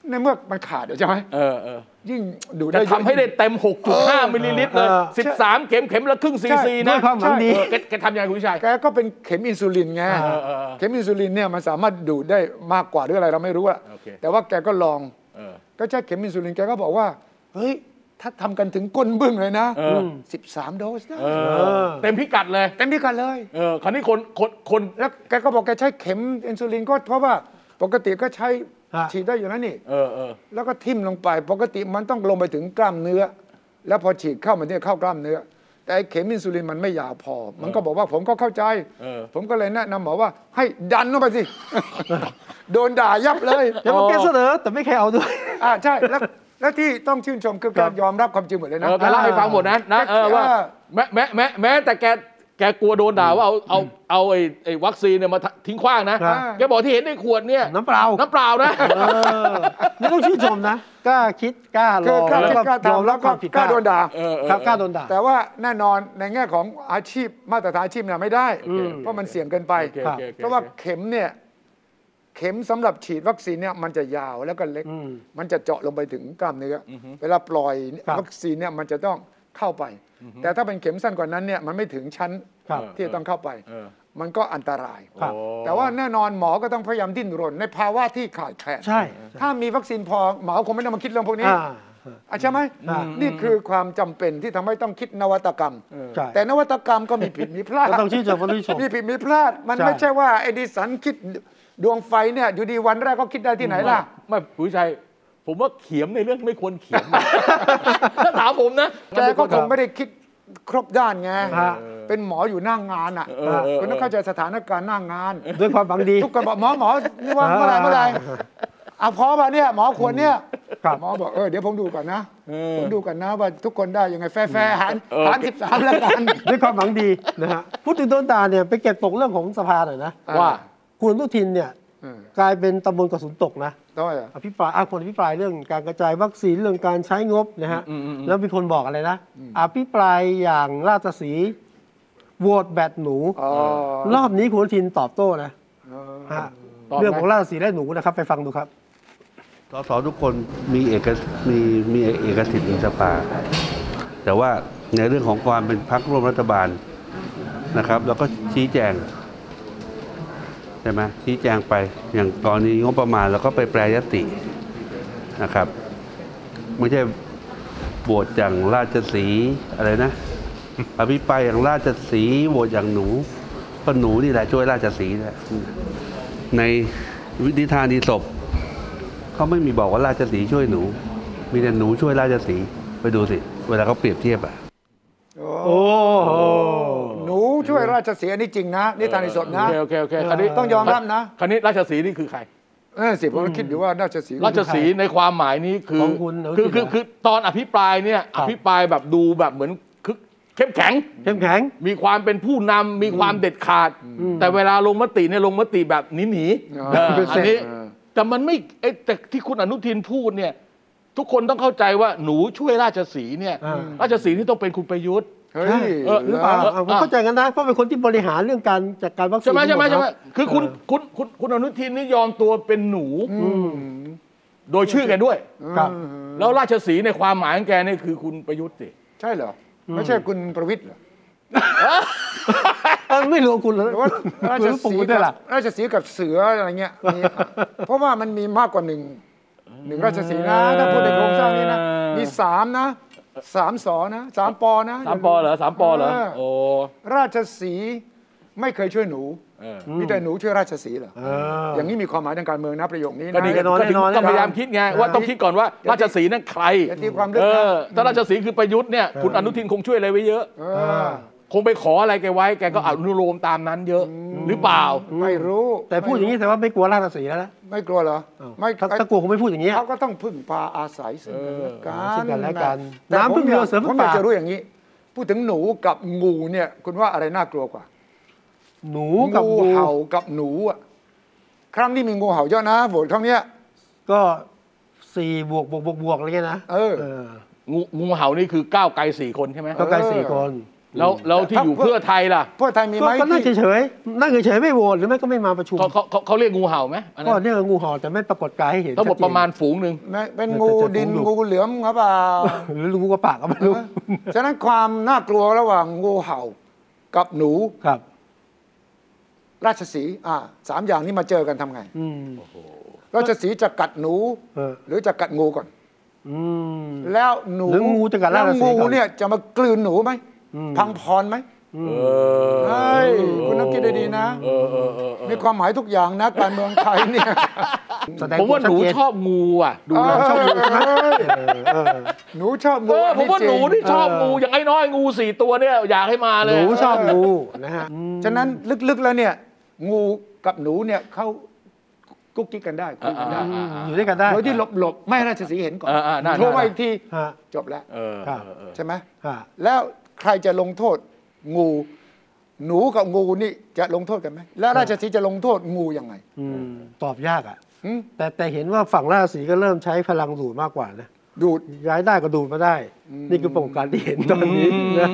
ในเมื่อมันขาดเดี๋ยวใช่ไหม เออเออ ยิ่งดู จะ ได้เยอะ ทำให้ได้เต็ม 6.5 มิลลิลิตรเลย เออ 13 เข็มเข็มละครึ่งซีซี ด้วยนะความหวังดี เออแกแกทำยังไงคุณวิชัย แกก็เป็นเข็มอินซูลินไง เออเออเออ เข็มอินซูลินเนี่ยมันสามารถดูดได้มากกว่าหรืออะไรเราไม่รู้อะ โอเค แต่ว่าแกก็ลอง เออ ก็ใช้เข็มอินซูลินแกก็บอกว่า เฮ้ย ถ้าทำกันถึงก้นบึ้งเลยนะ เออ สิบสามโดสนะ เออ เต็มพิกัดเลย เต็มที่กันเลย เออ คราวนี้คนคนคน แล้วแกก็บอกแกใช้เข็มอินซูลินก็เพราะว่าปกติก็ใช้ ฮะ ฉีดได้อยู่แล้วนี่ เออเออ แล้วก็ทิ่มลงไปปกติมันต้องลงไปถึงกล้ามเนื้อ แล้วพอฉีดเข้ามันเนี่ยเข้ากล้ามเนื้อ แต่ไอ้เข็มอินซูลินมันไม่ยาวพอ มันก็บอกว่าผมก็เข้าใจ เออ ผมก็เลยแนะนำหมอว่า ให้ดันลงไปสิ โดนด่ายับเลย แล้วมันแกเสนอแต่ไม่ใครเอาด้วย อ่าใช่แล้วแล้วที่ต้องชื่นชมคือการยอมรับความจริงหมดเลย เอ นะ อแกเล่าให้ฟังหมดนะนะ เออว่า เออ แม้แม้แม้แม้แต่แกแกกลัวโดนด่าว่าเอาเอาเอาไอ้ไอ้วัคซีนเนี่ยมาทิ้งขว้างนะ ครับ แกบอกที่เห็นในขวดเนี่ย น้ำเปล่า น้ำเปล่านะ เออนี่ต้องชื่นชมนะกล้าคิดกล้าล คือ อง กล้า แล้ว คิด ก็ กล้าย อม ทำรัแล้บ ว ค ก็ วามผิด กล้าโดนด่า เออเออ ครับกล้าโดนด่า แต่ว่าแน่นอนในแง่ของอาชีพมาตรฐานอาชีพเนี่ยไม่ได้ โอเคโอเค เพราะมันเสี่ยงเกินไป โอเคโอคโอค เพราะว่าเข็มเนี่ยเข็มสำหรับฉีดวัคซีนเนี่ยมันจะยาวแล้วก็เล็ก อืม มันจะเจาะลงไปถึงกล้ามเนื้ออเวลาปล่อย ครับ วัคซีนเนี่ยมันจะต้องเข้าไป แต่ถ้าเป็นเข็มสั้นกว่านั้นเนี่ยมันไม่ถึงชั้น ครับ ที่จะต้องเข้าไป เออ มันก็อันตราย ครับ แต่ว่าแน่นอนหมอก็ต้องพยายามดิ้นรนในภาวะที่ขาดแคลน ใช่ ถ้ามีวัคซีนพอหมอคงไม่ต้องมาคิดเรื่องพวกนี้ อ่า อ่ะใช่ไหม อืม นี่คือความจำเป็นที่ทำให้ต้องคิดนวัตกรรม ใช่ แต่นวัตกรรมก็มีผิดมีพลาด ก็ต้องชื่นชมก็ต้องชื่นชม มีผิดมีพลาดมัน ใช่ ไม่ใช่ว่าไอ้ดิสันคิดดวงไฟเนี่ย อยู่ดีวันแรกก็คิดได้ที่ไหนล่ะ ไม่ผู้ชัยผมว่าเขียมในเรื่องไม่ควรเขียม ถ้าถามผมนะ แกก็คงไม่ได้คิดครบด้านไง ฮะ เป็นหมออยู่หน้างงานอ่ะ เออเออ คุณต้องเข้าใจสถานการณ์หน้างงาน ด้วยความหวังดี ทุกคนบอกหมอหมอนี่ว่างเมื่อไหรเมื่อไหรเอาพอป่ะเนี่ย หมอควรเนี่ย ครับ หมอบอกเออเดี๋ยวผมดูก่อนนะ เออ ผมดูก่อนนะว่าทุกคนได้ยังไงแฟร์แฟร์หารหารสิบสามแล้วกัน ด้วยความหวังดีนะฮะพูดถึงโดนด่าเนี่ยไปเก็บตกเรื่องของสภาหน่อยนะ ว่า คุณอนุทินเนี่ย เออก ลายเป็นตำบลกระสุนตกนะ ทำไมอ่ะ อภิปรายอ่ะคนอภิปรายเรื่องการกระจายวัคซีนเรื่องการใช้งบนะฮะแล้วมีคนบอกอะไรนะ อภิปรายอย่างราชสีห์โหวตแบตหนู อ๋อ รอบนี้คุณอนุทินตอบโต้นะฮะ ตอบไหม เรื่องของราชสีห์และหนูนะครับ ไปฟังดูครับ สสทุกคนมีเอกมีมีเอกสิทธิ์ในสภา แต่ว่าในเรื่องของความเป็นพรรคร่วมรัฐบาลนะครับเราก็ชี้แจงใช่ไหมชี้แจงไปอย่างตอนนี้งบประมาณเราก็ไปแปรยตินะครับ ไม่ใช่โหวตอย่างราชสีห์อะไรนะ อภิปรายอย่างราชสีห์โหวตอย่างหนูก็หนูนี่แหละช่วยราชสีห์นี่แหละในวิธีทานดีศพเขาไม่มีบอกว่าราชสีห์ช่วยหนู มีแต่หนูช่วยราชสีห์ไปดูสิ เวลาเขาเปรียบเทียบอะ โอ้โห หนูช่วยราชสีห์อันนี่จริงนะนิทานในสด โอ นะ เคโอเคโอเคคราวนี้ ต้องยอมรับนะ คราวนี้ราชสีห์นี่คือใคร เออสิผมก็คิดอยู่ว่าราชสีห์ ราชสีห์ในความหมายนี้คือ ของคุณอนุทิน คือคือ เหรอ คือตอนอภิปรายเนี่ยอภิปรายแบบดูแบบเหมือนคึกเข้มแข็ง เข้มแข็ง มีความเป็นผู้นำมีความเด็ดขาด แต่เวลาลงมติเนี่ยลงมติแบบหนีหนีๆเอออันนี้ เออ แต่มันไม่ไอ้แต่ที่คุณอนุทินพูดเนี่ย ทุกคนต้องเข้าใจว่าหนูช่วยราชสีห์เนี่ย อ่า ราชสีห์นี่ต้องเป็นคุณประยุทธ์ เฮ้ย เออ หรือเปล่าอ่ะผมเข้าใจกันนะเพราะเป็นคนที่บริหารเรื่องการจัดการวัคซีน ใช่ไหมใช่ไหม ทั้ ใช่ ด ไหคมรับ คือคุณคุณคุณคุณอนุทินนี่ยอมตัวเป็นหนู โดยชื่อแกด้วย ครับ แล้วราชสีห์ในความหมายของแกนี่คือคุณประยุทธ์สิ ใช่เหรอ ไม่ใช่คุณประวิทย์ เหรอ เออไม่รู้คุณเลย แต่ว่าราช ผม สีห์ ด้วย กับ ล่ะ ราชสีห์กับเสืออะไร เงี้ยมีเพราะว่ามันมีมากกว่าหนึ่งหนึ่งราชสีห์นะถ้าพูดในโครงสร้างนี้นะ มีสามนะสามสอนะสามปอนะ สามปอเหรอสามปอเหรอ โอ้ ราชสีห์ไม่เคยช่วยหนู เออ มีแต่หนูช่วยราชสีห์เหรออย่างนี้มีความหมายทางการเมืองนะประโยคนี้นะ ก็นี่ แน่นอน ก็ถึง แน่นอน ต้องพยายามคิดไงว่าต้องคิดก่อนว่าราชสีห์นั่นใคร อย่าตีความลึกนะ เออถ้าราชสีห์คือประยุทธ์เนี่ยคุณอนุทินคงช่วยอะไรไว้เยอะ เออ คงไปขออะไรแกไว้แกก็อนุโลมตามนั้นเยอะ หรือเปล่า ไม่รู้ แต่พูดอย่างนี้แต่ว่าไม่กลัวราชสีห์แล้วนะ ไม่กลัวเหรอ อ้าว ไม่ ถ้าถ้ากลัวคงไม่พูดอย่างนี้ย เขาก็ต้องพึ่งพาอาศัยซึ่งกันและเอกัน อซึ่งกันและกัน แต่ น้ำพึ่งเรือเสือพึ่ ผม ง อยาก ป่า จะรู้อย่างนี้ พูดถึงหนูกับงูเนี่ย คุณว่าอะไรน่ากลัวกว่า หนูกับ งู งู เห่ากับหนูอ่ะครั้งนี้มีงูเห่าเยอะนะโหวตครั้งเนี้ย ก็สี่บวกบวกบวกบวกอะไรเงี้ยนะ เออ งูงูเห่านี่คือก้าวไกลสี่คนใช่ไหม ก็ใกล้สี่คน แล้วแล้วที่อยู่เพื่อไทยล่ะ เพื่อไทยมีไห ก็ ม ก็นั่ง ที่ เฉยๆนั่งเฉยๆไม่โหวตหรือไม่ก็ไม่มาประชุม เขาเขาเขาเขาเรียกงูเห่าไหมอันนั้ ก็ น เนี่ยงูเห่าแต่ไม่ปรากฏกายให้เห็น ทั้งหมด ชัเจน ประมาณฝูงหนึ่ง ไม่เป็นงู แต่แต่ผม ดิน อยู่ งูเหลือมครับเปล่า หรืองูกระปากก็ไม่รู้ ฉะนั้นความน่ากลัวระหว่างงูเห่ากับหนู ครับ ราชสีห์อ่าสามอย่างนี้มาเจอกันทำไง อืม ราชสีห์จะกัดหนู เออ หรือจะกัดงูก่อน อืม แล้วหนู หรืองูจะกัด แล้ว ราชสีห์ งู ก่อน เนี่ยจะมากลืนหนูไหม อืม พังพรไหมเฮ้ยคุณต้องคิดดีๆนะ มีความหมายทุกอย่าง นะ การเมืองไทยเนี่ย แสดง ผมว่าหนู ชัดเจ ชอบงูอ่ะ ดู เอ แล้ว อ เออเออ หนูชอบ เอ งู อผมว่าหนูนี่ชอบงู อย่างไอ้น้อยงูสี่ตัวเนี่ยอยากให้มา ห เลย นูชอบงูนะฮะ ฉะนั้นลึกๆแล้วเนี่ย งูกับหนูเนี่ยเขากุ๊กกิ๊กกันได้คุยกันได้ อืมอยู่ด้วยกันได้ โดยที่หลบๆ ไม่ให้ราชสีห์เห็นก่อน เออเออน่า โทรมาอีกที ฮะ จบแล้ว เออ ครับ ใช่ไหม ฮะ แล้วใครจะลงโทษงู หนูกับงูนี่จะลงโทษกันไหมแล้วราชสีห์จะลงโทษงูยังไง อืมตอบยากอ่ะ หึ แต่แต่เห็นว่าฝั่งราศีก็เริ่มใช้พลังดูดมากกว่านะ ดูด ย้ายได้ก็ดูดมาได้ นี่คือปรากฏการณ์ที่เห็นตอนนี้นะ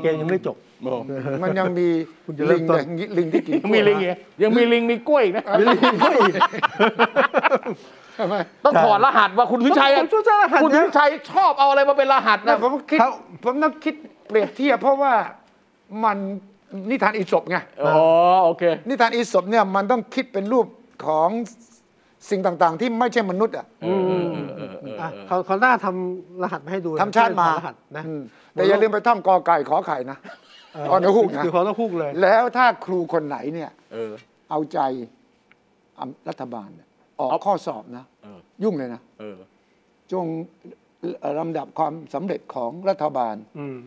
เกมยังไม่จบ มันยังมี คุณจะเริ่ ลิ ม ง ต้น แต่ลิงที่กิน ยังมีลิง ก อี ล้วย กยังมีลิงมีกล้วยอีกนะ มีลิงด้วย ใช่ไหม ต้องถอดรหัสว่าคุณวิชัยอะ ผมต้องถอดรหัสนะ คุณวิชัยชอบเอาอะไรมาเป็นรหัส นะ นะ ผมคิดผมต้องคิดเปรียบเทียบเพราะว่ามันนิทานอีสปไง อ๋อโอเค นิทานอีสปเนี่ยมันต้องคิดเป็นรูปของสิ่งต่างๆ ที่ไม่ใช่มนุษย์อ่ะ อ่ะเขาเขาหน้าทำรหัสมาให้ดูนะ ทำชาติมา เป็นรหัสนะ อืมแต่อย่าลืมไปท่องกอไก่ขอไข่นะอ่อนกระหูกนะ คือเขาต้องพูกเลย แล้วถ้าครูคนไหนเนี่ย เออ เอาใจอ่ะรัฐบาลเนี่ยออกข้อสอบนะ เออ ยุ่งเลยนะ เออ จงเอ่อลำดับความสำเร็จของรัฐบาล อืม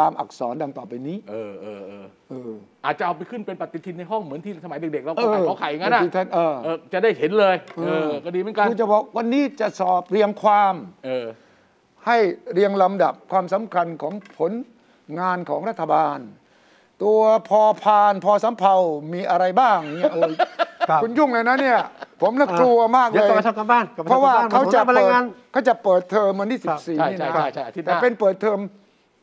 ตามอักษรดังต่อไปนี้ เออ เออ เออ เออ อาจจะเอาไปขึ้นเป็นปฏิทินในห้องเหมือนที่สมัยเด็กๆ เราขอไข่ขอไข่งั้นนะ บางทีท่านเออ เออจะได้เห็นเลย เออ ก็ดีเหมือนกัน ครูจะบอกวันนี้จะสอบเรียงความ เออ ให้เรียงลำดับความสำคัญของผลงานของรัฐบาล ตัวพอพานพอสำเพามีอะไรบ้างเนี่ยโอ้ย ครับ คุณยุ่งเลยนะเนี่ย ผมน่ากลัวมากเล เดี๋ยวย กลับไปทำการบ้านกลับไปทำ เพราะว่า การบ้าน เขาผจะมทำอะไร เปิด งาน เขาจะเปิดเทอมวันที่ ครับ 14นี่นะ ใช่ใช่ใช่อาทิตย์หน้า แต่เป็นเปิดเทอม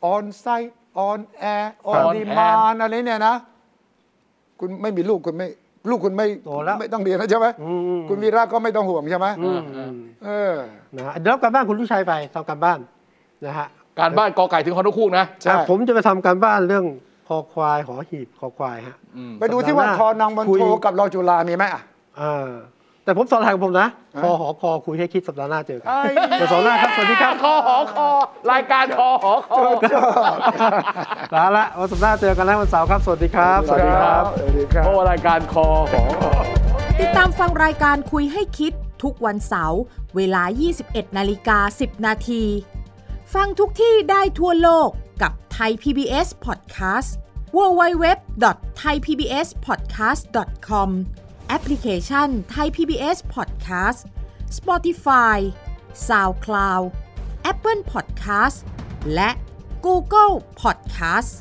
ออนไซต์ออนแอร์ออนดีมานอะไรเนี่ยนะ คุณไม่มีลูกคุณไม่ ลูกคุณไม่ โตแล้ว ไม่ต้องเรียนแล้วใช่ไหม อืม คุณวีระก็ไม่ต้องห่วงใช่ไหม อืม เออ นะฮะเดี๋ยวรับการบ้านคุณลูกชัยไปทำการบ้านนะฮะ การบ้านกอไก่ถึงคอนโดคู่นะ ใช่ อ่ะผมจะไปทำการบ้านเรื่องคอควายหอหีบคอควายฮะ ไปดูที่ว่า สัปดาห์หน้า ทอนางบน คุย โทกับรอจุฬามีไหมอ่ะ อ่า แต่ผมสอนทางผมนะคอหอคอคุยให้คิดสัปดาห์หน้าเจอกันเดี๋ยวสัปดาห์หน้าครับสวัสดีครับ คอหอคอ รายการคอหอคอ ลาละวันสัปดาห์เจอกันนะวันเสาร์ครับสวัสดีครับ สวัสดีครับ เพราะว่ารายการคอหอคอ ติดตามฟังรายการคุยให้คิดทุกวันเสาร์เวลา 21 นาฬิกา 10 นาที ฟังทุกที่ได้ทั่วโลกกับไทย PBS Podcast www.thaipbspodcast.com แอปพลิเคชัน Thai PBS Podcast Spotify SoundCloud Apple Podcast และ Google Podcast